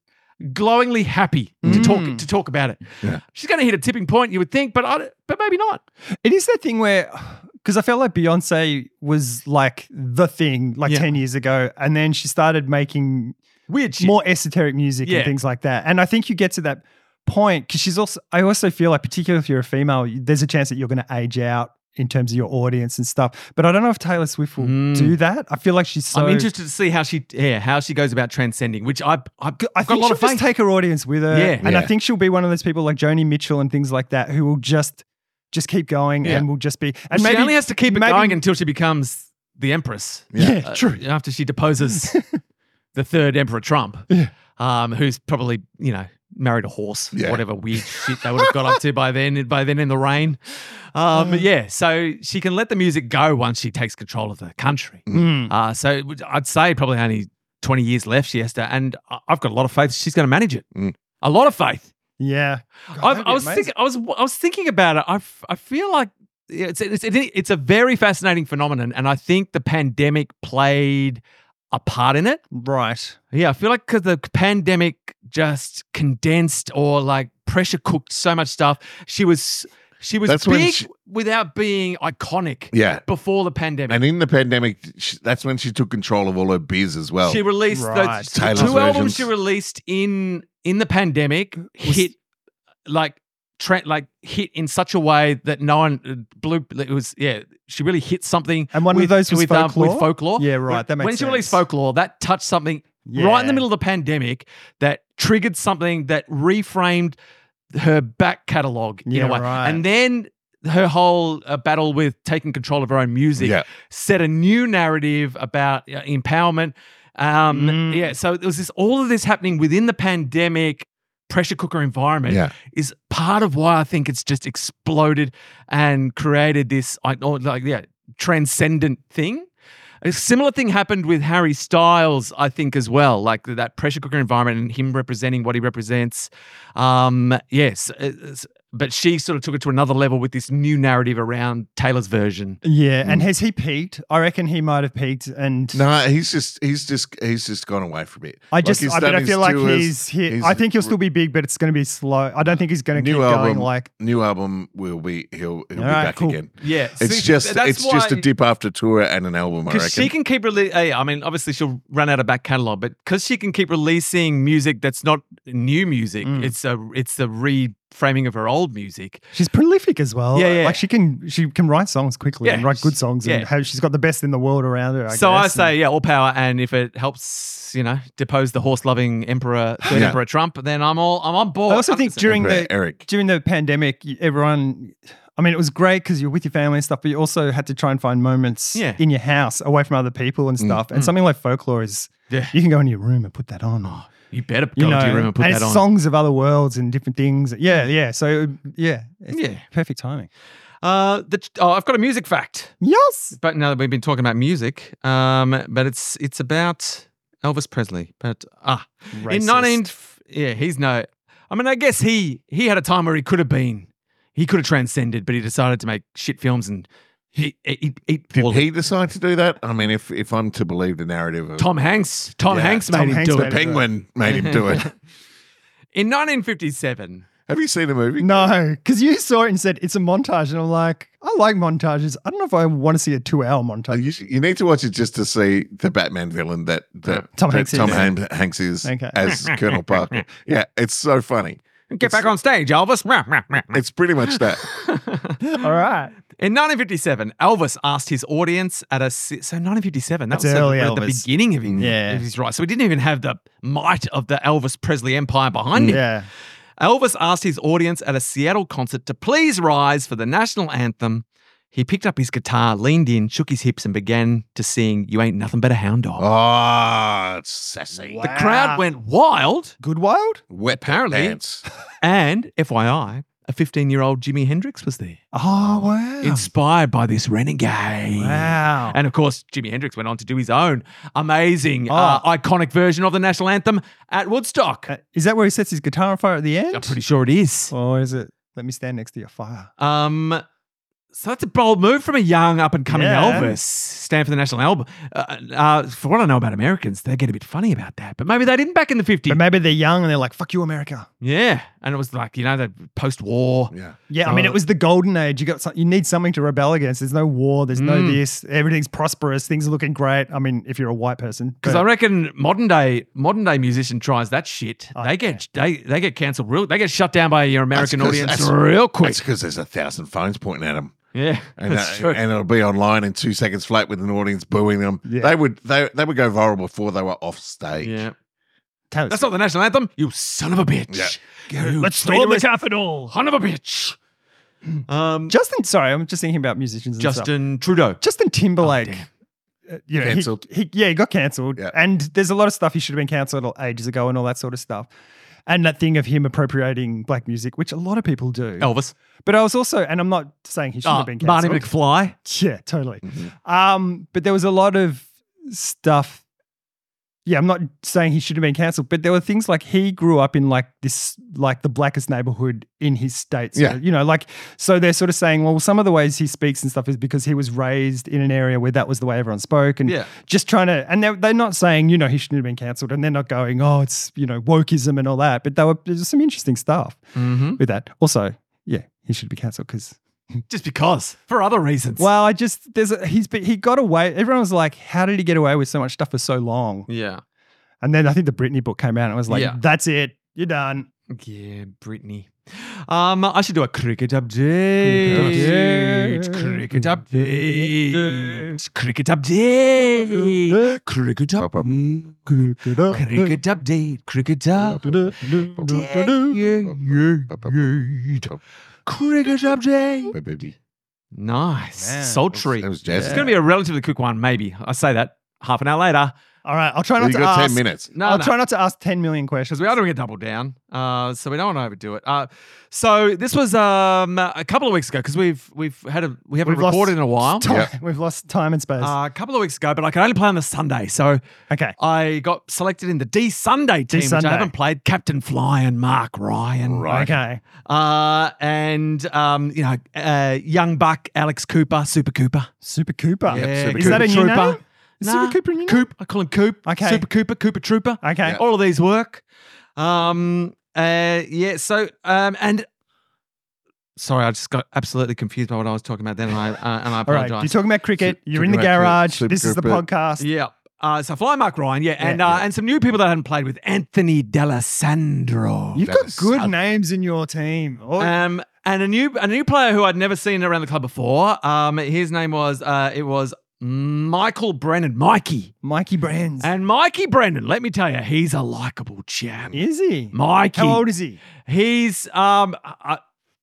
Speaker 3: glowingly happy to
Speaker 4: Mm.
Speaker 3: talk to talk about it.
Speaker 1: Yeah.
Speaker 3: She's going to hit a tipping point, you would think, but I, but maybe not.
Speaker 4: It is that thing where, [sighs] because I felt like Beyonce was like the thing like
Speaker 3: Yeah.
Speaker 4: 10 years ago. And then she started making
Speaker 3: Weird shit.
Speaker 4: more esoteric music
Speaker 3: Yeah.
Speaker 4: and things like that. And I think you get to that point because she's also, I also feel like, particularly if you're a female, you- there's a chance that you're going to age out in terms of your audience and stuff. But I don't know if Taylor Swift will
Speaker 3: Mm.
Speaker 4: do that. I feel like she's so.
Speaker 3: I'm interested to see how she yeah how she goes about transcending, which I I've,
Speaker 4: I
Speaker 3: I've got a
Speaker 4: think
Speaker 3: lot
Speaker 4: she'll
Speaker 3: of faith.
Speaker 4: just take her audience with her,
Speaker 3: Yeah.
Speaker 4: and I
Speaker 1: Yeah.
Speaker 4: think she'll be one of those people like Joni Mitchell and things like that who will just just keep going
Speaker 1: Yeah.
Speaker 4: and will just be. And
Speaker 3: she only has to keep it
Speaker 4: maybe-
Speaker 3: going until she becomes the empress.
Speaker 4: yeah,
Speaker 1: Yeah.
Speaker 4: true.
Speaker 3: Uh, after she
Speaker 4: [laughs]
Speaker 3: deposes the third emperor Trump,
Speaker 4: Yeah.
Speaker 3: um, who's probably you know married a horse,
Speaker 1: Yeah.
Speaker 3: whatever weird shit they would have got up to by then. By then in the rain, um,
Speaker 4: Uh.
Speaker 3: yeah. So she can let the music go once she takes control of the country.
Speaker 4: Mm.
Speaker 3: Uh, so it would- I'd say probably only 20 years left she has to, and I- I've got a lot of faith she's going to manage it.
Speaker 1: Mm.
Speaker 3: A lot of faith.
Speaker 4: Yeah,
Speaker 3: I've, I was think, I was I was thinking about it. I f- I feel like it's it's it's a very fascinating phenomenon, and I think the pandemic played a part in it.
Speaker 4: right.
Speaker 3: Yeah, I feel like because the pandemic just condensed or like pressure cooked so much stuff. She was she was
Speaker 1: That's when
Speaker 3: big
Speaker 1: she-
Speaker 3: without being iconic
Speaker 1: Yeah.
Speaker 3: before the pandemic.
Speaker 1: And in the pandemic, she, that's when she took control of all her biz as well.
Speaker 3: she released
Speaker 4: Right.
Speaker 3: those
Speaker 1: Oh. Taylor's
Speaker 3: two albums
Speaker 1: versions.
Speaker 3: she released in in the pandemic hit like Trent like hit in such a way that no one uh, blew it was yeah she really hit something
Speaker 4: And one of
Speaker 3: with,
Speaker 4: those was
Speaker 3: with, um,
Speaker 4: folklore.
Speaker 3: with folklore
Speaker 4: Yeah, right. That makes
Speaker 3: when she released
Speaker 4: sense.
Speaker 3: folklore that touched something right in
Speaker 4: Yeah.
Speaker 3: the middle of the pandemic that triggered something that reframed her back catalog
Speaker 4: Yeah,
Speaker 3: in a way
Speaker 4: right.
Speaker 3: and then her whole uh, battle with taking control of her own music
Speaker 1: yeah.
Speaker 3: set a new narrative about uh, empowerment. Um,
Speaker 4: Mm.
Speaker 3: Yeah, so there was this all of this happening within the pandemic pressure cooker environment
Speaker 1: Yeah.
Speaker 3: is part of why I think it's just exploded and created this I- or like yeah transcendent thing. A similar thing happened with Harry Styles, I think, as well. Like that pressure cooker environment and him representing what he represents. Um, yes, it's- but she sort of took it to another level with this new narrative around Taylor's version.
Speaker 4: Yeah, and
Speaker 3: Mm.
Speaker 4: has he peaked? I reckon he might have peaked, and
Speaker 1: No, he's just he's just he's just gone away from it.
Speaker 4: I just,
Speaker 1: he's
Speaker 4: I, mean,
Speaker 1: done
Speaker 4: I
Speaker 1: his
Speaker 4: feel like
Speaker 1: tours,
Speaker 4: he's hit.
Speaker 1: his
Speaker 4: I think he'll still be big, but it's going to be slow. I don't think he's going to
Speaker 1: New
Speaker 4: keep going
Speaker 1: album.
Speaker 4: like
Speaker 1: New album will be he'll he'll be
Speaker 4: All right,
Speaker 1: back
Speaker 4: cool.
Speaker 1: again.
Speaker 3: Yeah,
Speaker 1: It's
Speaker 3: see,
Speaker 1: just
Speaker 3: that's
Speaker 1: it's just a
Speaker 3: why-
Speaker 1: dip after tour and an album. I reckon.
Speaker 3: Because she can keep releasing. I mean, obviously she'll run out of back catalog, but because she can keep releasing music that's not new music,
Speaker 4: Mm.
Speaker 3: it's a it's a reframing of her old music.
Speaker 4: She's prolific as well.
Speaker 3: Yeah, yeah.
Speaker 4: Like she can she can write songs quickly and
Speaker 3: Yeah,
Speaker 4: write good
Speaker 3: she-
Speaker 4: songs and
Speaker 3: yeah.
Speaker 4: how she's got the best in the world around her. I
Speaker 3: so I
Speaker 4: guess.
Speaker 3: say, yeah, all power, and if it helps, you know, depose the horse-loving emperor, third
Speaker 1: Yeah.
Speaker 3: emperor Trump, then I'm all I'm on board.
Speaker 4: I also think
Speaker 3: 100%.
Speaker 4: during
Speaker 1: Emperor
Speaker 4: the
Speaker 1: Eric.
Speaker 4: during the pandemic, you- everyone. I mean, it was great because you're with your family and stuff, but you also had to try and find moments
Speaker 3: Yeah. Mm.
Speaker 4: in your house away from other people and stuff. And something like folklore is
Speaker 3: Yeah. Oh,
Speaker 4: you can go into your room and put that on.
Speaker 3: you better go
Speaker 4: you know,
Speaker 3: to your room and put
Speaker 4: and
Speaker 3: that
Speaker 4: it's
Speaker 3: on. Mm.
Speaker 4: songs of other worlds and different things. Yeah, yeah. So yeah, it's
Speaker 3: Yeah.
Speaker 4: perfect timing.
Speaker 3: Uh, the, oh, I've got a music fact.
Speaker 4: Yes.
Speaker 3: But now that we've been talking about music, um, but it's it's about Elvis Presley. But ah, in
Speaker 4: Racist.
Speaker 3: 19, yeah, he's no. I mean, I guess he he had a time where he could have been, he could have transcended, but he decided to make shit films and he eat eat.
Speaker 1: Did
Speaker 3: all
Speaker 1: he decide to do that? I mean, if if I'm to believe the narrative of
Speaker 3: Tom Hanks, Tom
Speaker 1: Yeah,
Speaker 3: Hanks made
Speaker 4: Tom
Speaker 3: him
Speaker 4: Hanks
Speaker 3: do
Speaker 4: made
Speaker 3: it.
Speaker 4: him
Speaker 1: Penguin made him
Speaker 4: [laughs]
Speaker 1: do it.
Speaker 3: In 1957,
Speaker 1: Have you seen the movie?
Speaker 4: No, because you saw it and said it's a montage, and I'm like, I like montages. I don't know if I want to see a two-hour
Speaker 1: Uh,
Speaker 3: [laughs]
Speaker 4: montage.
Speaker 1: You, should- you need to watch it just to see the Batman villain that, that
Speaker 4: Tom
Speaker 1: that
Speaker 4: Hanks is.
Speaker 1: Tom Han- Hanks is
Speaker 4: Okay.
Speaker 1: as Colonel
Speaker 4: [laughs]
Speaker 1: Parker. Yeah, it's so funny.
Speaker 3: get back on stage, Elvis.
Speaker 1: It's pretty much
Speaker 4: [laughs]
Speaker 1: that.
Speaker 4: All right,
Speaker 3: In 1957, Elvis asked his audience at a si- so 1957. That
Speaker 4: That's
Speaker 3: was at-
Speaker 4: early
Speaker 3: at the
Speaker 4: Elvis.
Speaker 3: beginning of his,
Speaker 4: Yeah.
Speaker 3: of his right. So he didn't even have the might of the Elvis Presley empire behind him.
Speaker 4: yeah,
Speaker 3: Elvis asked his audience at a Seattle concert to please rise for the national anthem. He picked up his guitar, leaned in, shook his hips, and began to sing "You Ain't Nothing But a Hound Dog."
Speaker 1: Oh, it's sassy.
Speaker 3: The crowd went wild,
Speaker 4: Good Wild.
Speaker 1: Wet
Speaker 3: Apparently.
Speaker 1: pants.
Speaker 3: and FYI, a 15-year-old Jimi Hendrix was there,
Speaker 4: Oh wow,
Speaker 3: inspired by this renegade.
Speaker 4: wow.
Speaker 3: And of course, Jimi Hendrix went on to do his own amazing,
Speaker 4: Oh.
Speaker 3: uh, iconic version of the national anthem at Woodstock.
Speaker 4: Uh, is that where he sets his guitar on fire at the end?
Speaker 3: I'm pretty sure it is.
Speaker 4: Or is it? Let me stand next to your fire.
Speaker 3: Um, so that's a bold move from a young, up and coming
Speaker 4: Yeah.
Speaker 3: Elvis. Stand for the national album. Uh, uh, for what I know about Americans, they get a bit funny about that, but maybe they didn't back in the 50s.
Speaker 4: But maybe they're young and they're like, "Fuck you, America."
Speaker 3: yeah. And it was like, you know, the post war.
Speaker 1: Yeah.
Speaker 4: Yeah, I mean,
Speaker 3: Oh.
Speaker 4: it was the golden age. You got some, you need something to rebel against. There's no war. There's no
Speaker 3: Mm.
Speaker 4: this. Everything's prosperous. Things are looking great. I mean, if you're a white person,
Speaker 3: Because I reckon modern day modern day musician tries that shit,
Speaker 4: Oh,
Speaker 3: they get they they get cancelled real, they get shut down by your American
Speaker 1: 'cause
Speaker 3: audience
Speaker 1: that's-
Speaker 3: real quick.
Speaker 1: That's because there's a thousand phones pointing at him.
Speaker 3: yeah,
Speaker 1: And,
Speaker 3: that's
Speaker 1: uh,
Speaker 3: true.
Speaker 1: and it'll be online in two seconds flat with an audience booing them.
Speaker 4: Yeah.
Speaker 1: They would they, they would go viral before they were off stage.
Speaker 3: yeah,
Speaker 4: Taylor
Speaker 3: That's not the national anthem, you son of a bitch.
Speaker 4: Yeah.
Speaker 3: You
Speaker 4: Let's storm the
Speaker 3: traitorous
Speaker 4: capital.
Speaker 3: Son of a bitch. Um,
Speaker 4: Justin, sorry, I'm just thinking about musicians. and stuff.
Speaker 3: Justin Oh, Trudeau.
Speaker 4: Justin Timberlake. uh, you know, he-
Speaker 1: Cancelled.
Speaker 4: he- yeah, he got cancelled.
Speaker 1: Yeah.
Speaker 4: And there's a lot of stuff he should have been cancelled ages ago and all that sort of stuff. And that thing of him appropriating black music, which a lot of people do.
Speaker 3: Elvis.
Speaker 4: But I was also, and I'm not saying he should
Speaker 3: Oh. Uh,
Speaker 4: have been
Speaker 3: Marty
Speaker 4: cancelled.
Speaker 3: McFly.
Speaker 4: Yeah, totally. Um, but there was a lot of stuff. Yeah, I'm not saying he should have been cancelled, but there were things like he grew up in like this, like the blackest neighborhood in his states.
Speaker 1: Yeah.
Speaker 4: You know, like, so they're sort of saying, well, some of the ways he speaks and stuff is because he was raised in an area where that was the way everyone spoke. And
Speaker 3: Yeah.
Speaker 4: just trying to, and they're, they're not saying, you know, he shouldn't have been cancelled. And they're not going, oh, it's, you know, wokeism and all that. But there were there's some interesting stuff
Speaker 3: Mm-hmm.
Speaker 4: with that. Also, yeah, he should be cancelled because
Speaker 3: Just because, for other reasons.
Speaker 4: well, I just there's a, he's been, he got away. Everyone was like, "How did he get away with so much stuff for so long?"
Speaker 3: yeah,
Speaker 4: And then I think the Britney book came out, and it was like,
Speaker 3: Yeah.
Speaker 4: "That's it, you're done."
Speaker 3: yeah, Brittany. Um, I should do a cricket update. Cricket
Speaker 4: Cricket
Speaker 3: update. Cricket update. Cricket update. Cricket update. Cricket update. Cricket update. Nice.
Speaker 4: Man.
Speaker 3: Sultry.
Speaker 1: That was jazz.
Speaker 3: It's going to be a relatively quick one, maybe. I say that half an hour later.
Speaker 4: All right, I'll try
Speaker 1: Well, you
Speaker 4: not to
Speaker 1: got
Speaker 4: ask.
Speaker 1: ten minutes.
Speaker 3: No,
Speaker 4: I'll
Speaker 3: no.
Speaker 4: try not to ask ten million
Speaker 3: because
Speaker 4: questions.
Speaker 3: we are doing a double down, uh, so we don't want to overdo it. Uh, so this was um, a couple of weeks ago because we've we've had a we haven't
Speaker 4: We've lost
Speaker 3: recorded in a while.
Speaker 4: [laughs] Time- We've lost time and space.
Speaker 3: Uh, a couple of weeks ago, but I could only play on the Sunday, so
Speaker 4: okay,
Speaker 3: I got selected in the D Sunday team, which I
Speaker 4: Sunday.
Speaker 3: haven't played. Captain Fly and Mark Ryan,
Speaker 1: Right.
Speaker 4: okay.
Speaker 3: uh, and um, you know, uh, Young Buck, Alex Cooper, Super Cooper.
Speaker 4: Super Cooper.
Speaker 1: Yeah, Super
Speaker 4: Is that a new
Speaker 3: Trooper.
Speaker 4: name? Is
Speaker 3: Nah,
Speaker 4: Super Cooper a new name?
Speaker 3: Coop. I call him Coop.
Speaker 4: Okay.
Speaker 3: Super Cooper, Cooper Trooper.
Speaker 4: Okay.
Speaker 1: Yeah.
Speaker 3: All of these work. Um. Uh. Yeah. So. Um. And. Sorry, I just got absolutely confused by what I was talking about then, and I uh, and I
Speaker 4: All right.
Speaker 3: apologize.
Speaker 4: You're talking about cricket. You're in the
Speaker 1: talking about cricket,
Speaker 4: garage.
Speaker 1: Super
Speaker 4: This is the
Speaker 1: Cooper.
Speaker 4: podcast.
Speaker 3: yeah. Uh, so fly Mark Ryan, yeah, and uh, and some new people that I hadn't played with Anthony D'Alessandro,
Speaker 4: You've got
Speaker 1: That's-
Speaker 4: good names in your team. Oh,
Speaker 3: um, and a new a new player who I'd never seen around the club before. Um, his name was uh, it was Michael Brennan, Mikey,
Speaker 4: Mikey Brands.
Speaker 3: and Mikey Brennan. Let me tell you, he's a likable chap.
Speaker 4: is he?
Speaker 3: Mikey,
Speaker 4: How old is he?
Speaker 3: He's um uh,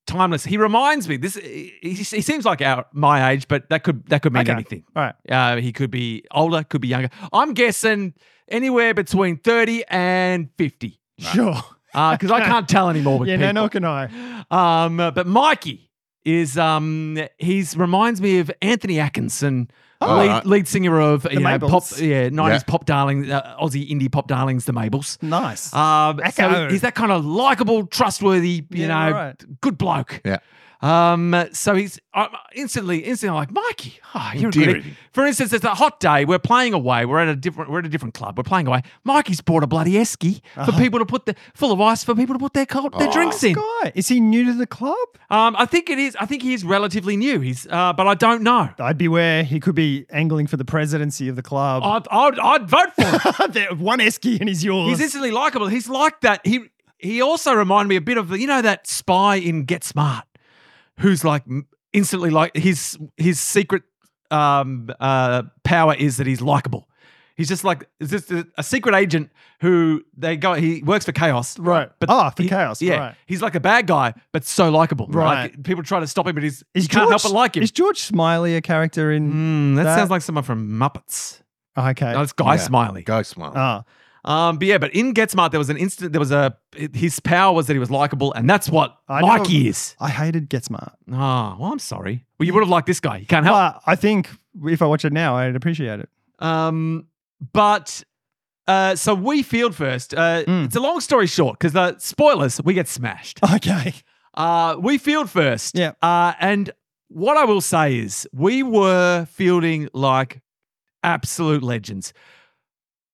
Speaker 3: timeless. He reminds me. This he, he he seems like our my age, but that could that could mean
Speaker 4: Okay.
Speaker 3: anything.
Speaker 4: All right.
Speaker 3: Uh, he could be older, could be younger. I'm guessing anywhere between thirty and fifty,
Speaker 4: Sure. [laughs]
Speaker 3: because I can't tell anymore. With
Speaker 4: yeah,
Speaker 3: people.
Speaker 4: no, nor can I.
Speaker 3: Um, uh, but Mikey is um he's reminds me of Anthony Atkinson,
Speaker 1: Oh,
Speaker 3: lead,
Speaker 1: right.
Speaker 3: lead singer of you know, pop
Speaker 4: Mabels.
Speaker 3: yeah nineties
Speaker 1: Yeah.
Speaker 3: pop darling uh, Aussie indie pop darlings the Mabels.
Speaker 4: Hmm. Nice.
Speaker 3: Um, so
Speaker 4: Echo.
Speaker 3: he's that kind of likable, trustworthy, you
Speaker 4: Yeah,
Speaker 3: know,
Speaker 4: right.
Speaker 3: good bloke.
Speaker 1: Yeah.
Speaker 3: Um, so he's I'm instantly, instantly like Mikey. Oh, you're a good
Speaker 1: Endearing.
Speaker 3: egg." For instance, it's a hot day. We're playing away. We're at a different. We're at a different club. We're playing away. Mikey's bought a bloody esky
Speaker 4: Uh-huh.
Speaker 3: for people to put the full of ice for people to put their cold, their drinks in.
Speaker 4: Guy, is he new to the club?
Speaker 3: Um, I think it is. I think he is relatively new. He's, uh, but I don't know.
Speaker 4: I'd beware. He could be angling for the presidency of the club.
Speaker 3: I'd, I'd, I'd vote for him.
Speaker 4: [laughs] There- One esky and he's yours.
Speaker 3: Oh. He's instantly likable. He's like that. He he also reminded me a bit of the, you know that spy in Get Smart, who's like m- instantly like his his secret um, uh, power is that he's likable. He's just like is this a, a secret agent who they go. He works for Chaos,
Speaker 4: Right. Ah, for Chaos,
Speaker 3: Yeah,
Speaker 4: right.
Speaker 3: he's like a bad guy, but so likable.
Speaker 4: Right.
Speaker 3: Like, people try to stop him, but he's
Speaker 4: Is
Speaker 3: you can't help but like him.
Speaker 4: Is George Smiley a character in?
Speaker 3: Mm, that,
Speaker 4: that-
Speaker 3: sounds like someone from Muppets.
Speaker 4: Oh, okay.
Speaker 3: No, it's Guy
Speaker 1: Yeah.
Speaker 3: Smiley.
Speaker 1: Go smart.
Speaker 4: Ah,
Speaker 3: Um, but yeah, but in Get Smart, there was an instant. There was a his power was that he was likable, and that's what
Speaker 4: I
Speaker 3: Mikey
Speaker 4: know-
Speaker 3: is.
Speaker 4: I hated Get Smart.
Speaker 3: Ah, well, I'm sorry. Well, you would have liked this guy. You can't help.
Speaker 4: But I think if I watch it now, I'd appreciate it. [laughs]
Speaker 3: Um, but uh, so we field first. Uh,
Speaker 4: Mm.
Speaker 3: It's a long story short because the spoilers we get smashed.
Speaker 4: Okay.
Speaker 3: Uh, we field first.
Speaker 4: Yeah.
Speaker 3: Uh, and what I will say is we were fielding like absolute legends.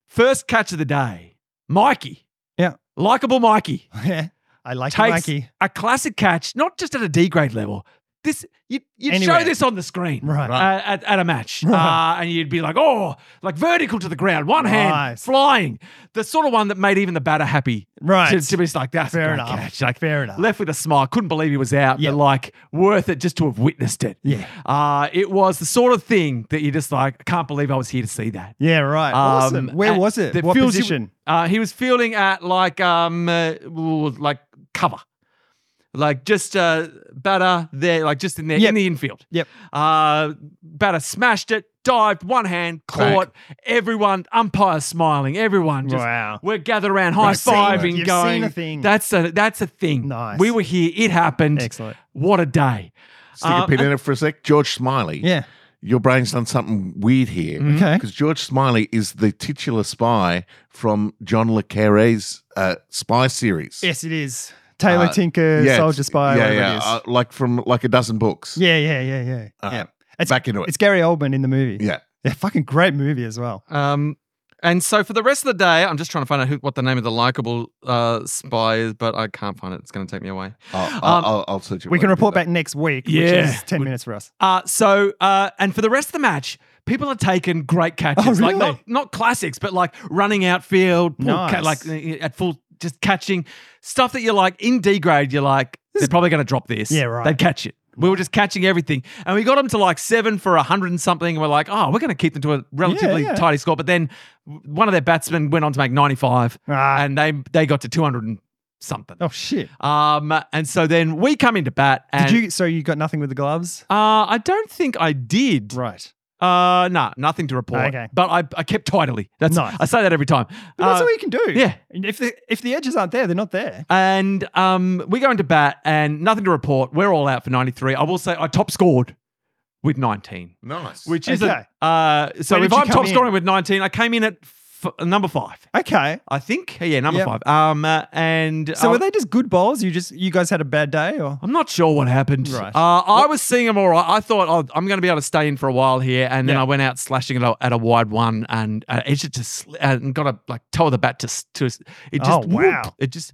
Speaker 3: First catch of the day, Mikey.
Speaker 4: Yeah.
Speaker 3: Likable Mikey.
Speaker 4: Yeah. I like
Speaker 3: takes
Speaker 4: Mikey.
Speaker 3: a classic catch, not just at a D grade level. This you you'd show
Speaker 4: Anywhere.
Speaker 3: this on the screen
Speaker 4: Right.
Speaker 3: uh, at, at a match,
Speaker 4: [laughs] Right.
Speaker 3: uh, and you'd be like, oh, like vertical to the ground, one hand
Speaker 4: Nice.
Speaker 3: flying, the sort of one that made even the batter happy.
Speaker 4: Right.
Speaker 3: To, to be like that's a
Speaker 4: Fair
Speaker 3: great
Speaker 4: enough.
Speaker 3: catch. Like
Speaker 4: Fair enough.
Speaker 3: left with a smile. Couldn't believe he was out,
Speaker 4: Yeah.
Speaker 3: but like worth it just to have witnessed it.
Speaker 4: Yeah.
Speaker 3: Uh, it was the sort of thing that you just like, I can't believe I was here to see that.
Speaker 4: Yeah, right. awesome.
Speaker 3: Um,
Speaker 4: Where
Speaker 3: at-
Speaker 4: was it?
Speaker 3: that
Speaker 4: What
Speaker 3: fields you-
Speaker 4: position?
Speaker 3: uh, he was fielding at like um uh, ooh, like cover, like just uh, batter there, like just in there
Speaker 4: Yep.
Speaker 3: in the infield.
Speaker 4: Yep.
Speaker 3: Uh, batter smashed it, dived one hand, caught everyone. Umpire smiling. Everyone just.
Speaker 4: wow.
Speaker 3: We're gathered around, high
Speaker 1: Right, seen
Speaker 3: fiving,
Speaker 1: it.
Speaker 4: You've
Speaker 3: going.
Speaker 4: seen a thing.
Speaker 3: That's a that's a thing.
Speaker 4: Nice.
Speaker 3: We were here. It happened.
Speaker 4: Excellent.
Speaker 3: What a day.
Speaker 1: Stick
Speaker 3: Uh,
Speaker 1: a pin in it for a sec. George Smiley.
Speaker 4: Yeah. Mm-hmm.
Speaker 1: Your brain's done something weird here.
Speaker 4: Okay.
Speaker 1: Because George Smiley is the titular spy from John Le Carre's uh, spy series.
Speaker 4: Yes, it is. Taylor
Speaker 1: Uh,
Speaker 4: Tinker,
Speaker 1: it's-
Speaker 4: Soldier Spy,
Speaker 1: Yeah,
Speaker 4: whatever
Speaker 1: yeah.
Speaker 4: it is.
Speaker 1: uh, like from like a dozen books.
Speaker 4: yeah, yeah, yeah, yeah.
Speaker 1: Uh,
Speaker 4: yeah. It's,
Speaker 1: Back into it.
Speaker 4: it's Gary Oldman in the movie.
Speaker 1: Yeah.
Speaker 4: Yeah, fucking great movie as well.
Speaker 3: Um, and so for the rest of the day, I'm just trying to find out who, what the name of the likable uh, spy is, but I can't find it. It's going to take me away.
Speaker 1: I'll, I'll,
Speaker 3: Um,
Speaker 1: I'll, I'll search it
Speaker 4: We
Speaker 1: while
Speaker 4: can
Speaker 1: you do
Speaker 4: report
Speaker 1: that.
Speaker 4: back next week,
Speaker 3: Yeah.
Speaker 4: which is 10 minutes for us.
Speaker 3: Uh, so uh, and for the rest of the match, people are taking great catches,
Speaker 4: Oh,
Speaker 3: like
Speaker 4: really?
Speaker 3: not not classics, but like running outfield, full ca-
Speaker 4: Nice.
Speaker 3: like uh, at full just catching stuff that you're like in D grade. You're like they're probably going to drop this.
Speaker 4: Yeah, right.
Speaker 3: They'd catch it. We were just catching everything, and we got them to like seven for a hundred and something. And we're like, oh, we're going to keep them to a relatively
Speaker 4: yeah.
Speaker 3: tidy score. But then w- one of their batsmen went on to make ninety five,
Speaker 4: Ah.
Speaker 3: and they they got to two hundred and something.
Speaker 4: Oh, shit.
Speaker 3: Um, and so then we come into bat. And,
Speaker 4: Did you? So you got nothing with the gloves?
Speaker 3: Uh, I don't think I did.
Speaker 4: Right.
Speaker 3: Uh, nah, nothing to report.
Speaker 4: Okay.
Speaker 3: But I, I kept tidily. That's
Speaker 4: Nice.
Speaker 3: I say that every time.
Speaker 4: But that's
Speaker 3: Uh,
Speaker 4: all you can do.
Speaker 3: yeah.
Speaker 4: If the if the edges aren't there, they're not there.
Speaker 3: and um, we go into bat and nothing to report. We're all out for 93. I will say I top scored with 19,
Speaker 1: Nice.
Speaker 3: which isn't.
Speaker 4: Okay.
Speaker 3: Uh, so
Speaker 4: Where
Speaker 3: if
Speaker 4: did you
Speaker 3: I'm
Speaker 4: come
Speaker 3: top
Speaker 4: in?
Speaker 3: scoring with 19, I came in at f- number five,
Speaker 4: Okay.
Speaker 3: I think. Yeah, number
Speaker 4: Yep.
Speaker 3: five. Um, uh, and
Speaker 4: So
Speaker 3: uh,
Speaker 4: were they just good bowls? You just you guys had a bad day, or
Speaker 3: I'm not sure what happened.
Speaker 4: Right.
Speaker 3: Uh, I was seeing him all right. I thought oh, I'm going to be able to stay in for a while here, and then
Speaker 4: Yeah.
Speaker 3: I went out slashing it out at a wide one and uh, edged it to sl- and got a like toe of the bat to s- to s- it just
Speaker 4: Oh, wow.
Speaker 3: whoop, it just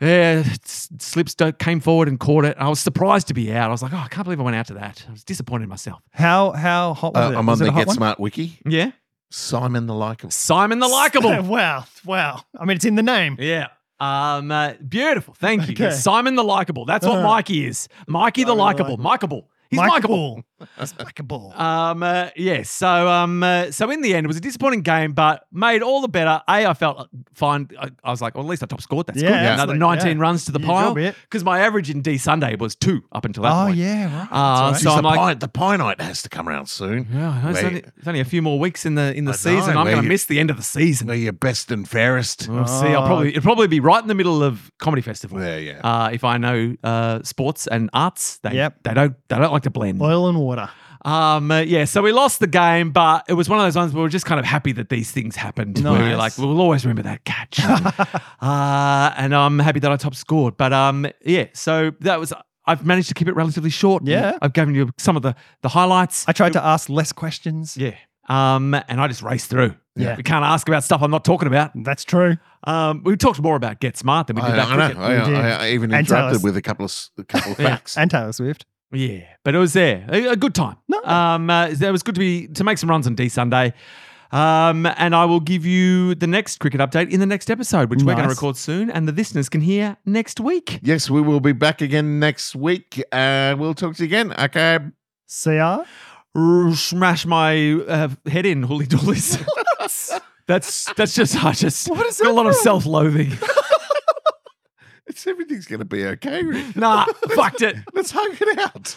Speaker 3: yeah it s- slips don't- came forward and caught it. I was surprised to be out. I was like, oh, I can't believe I went out to that. I was disappointed in myself.
Speaker 4: how how hot was
Speaker 1: Uh,
Speaker 4: it?
Speaker 1: I'm on
Speaker 4: was
Speaker 1: the
Speaker 4: it a hot
Speaker 1: Get
Speaker 4: one?
Speaker 1: Smart Wiki.
Speaker 3: Yeah,
Speaker 1: Simon the Likable.
Speaker 3: Simon the likable.
Speaker 4: [laughs] wow, wow. I mean, it's in the name.
Speaker 3: yeah. Um, uh, beautiful. Thank you.
Speaker 4: Okay.
Speaker 3: Simon the likable. That's what
Speaker 4: Uh.
Speaker 3: Mikey is. Mikey the
Speaker 4: Simon the
Speaker 3: likable.
Speaker 4: likable.
Speaker 3: Mikeable. He's
Speaker 4: Michael
Speaker 3: Mikeable.
Speaker 4: Ball. It's like a ball.
Speaker 3: Um, uh, yeah, so um, uh, so in the end, it was a disappointing game, but made all the better. A, I felt uh, fine. I, I was like, well, at least I top scored. That's
Speaker 4: Yeah,
Speaker 3: good. Another
Speaker 4: absolutely,
Speaker 3: 19
Speaker 4: yeah.
Speaker 3: runs to the
Speaker 4: You
Speaker 3: pile
Speaker 4: got it.
Speaker 3: because my average in D Sunday was two up until that
Speaker 4: oh
Speaker 3: point.
Speaker 4: yeah, right.
Speaker 3: Uh,
Speaker 4: That's
Speaker 3: so
Speaker 1: Jeez,
Speaker 3: I'm
Speaker 1: the,
Speaker 3: like-
Speaker 1: pine, the pine night has to come around soon.
Speaker 3: Yeah, I know, it's,
Speaker 1: Where-
Speaker 3: only, it's only a few more weeks in the in the
Speaker 1: I know,
Speaker 3: season. I'm
Speaker 1: where
Speaker 3: going to
Speaker 1: you-
Speaker 3: miss the end of the season.
Speaker 1: Where you're best and fairest.
Speaker 3: We'll see. I'll
Speaker 4: Oh.
Speaker 3: probably it'll probably be right in the middle of comedy festival.
Speaker 1: Yeah, yeah.
Speaker 3: Uh, if I know uh, sports and arts, they
Speaker 4: Yep.
Speaker 3: they don't they don't like to blend.
Speaker 4: right. Oil and water.
Speaker 3: Um, uh, yeah, so we lost the game, but it was one of those ones where we're just kind of happy that these things happened. Where we're like,
Speaker 4: Nice.
Speaker 3: we'll always remember that catch. uh, and I'm happy that I top scored. But um, yeah, so that was. I've managed to keep it relatively short.
Speaker 4: Yeah.
Speaker 3: I've given you some of the the highlights.
Speaker 4: I tried to ask less questions.
Speaker 3: yeah. Um, and I just raced through.
Speaker 4: Yeah.
Speaker 3: We can't ask about stuff I'm not talking about.
Speaker 4: That's true.
Speaker 3: Um, we talked more about Get Smart than we did
Speaker 1: I,
Speaker 3: about
Speaker 1: I
Speaker 3: cricket.
Speaker 1: know. I,
Speaker 4: We did.
Speaker 1: I, I even
Speaker 4: And tell us.
Speaker 1: interrupted with a couple of s- a couple
Speaker 4: [laughs]
Speaker 1: of facts.
Speaker 4: And Taylor Swift.
Speaker 3: Yeah, but it was there. A, a good time.
Speaker 4: No.
Speaker 3: Um, uh, it was good to be to make some runs on D Sunday. Um, and I will give you the next cricket update in the next episode, which we're going to
Speaker 4: Nice.
Speaker 3: record soon, and the listeners can hear next week.
Speaker 1: yes, we will be back again next week. Uh, we'll talk to you again. Okay.
Speaker 4: CR.
Speaker 3: R- smash my uh, head in, hooly doolies. [laughs] that's that's just I just
Speaker 4: What is
Speaker 3: got a
Speaker 4: that
Speaker 3: lot of
Speaker 4: from?
Speaker 3: self loathing.
Speaker 1: It's everything's going to be okay. Rick.
Speaker 3: [laughs] nah, fucked it.
Speaker 1: Let's hug it out.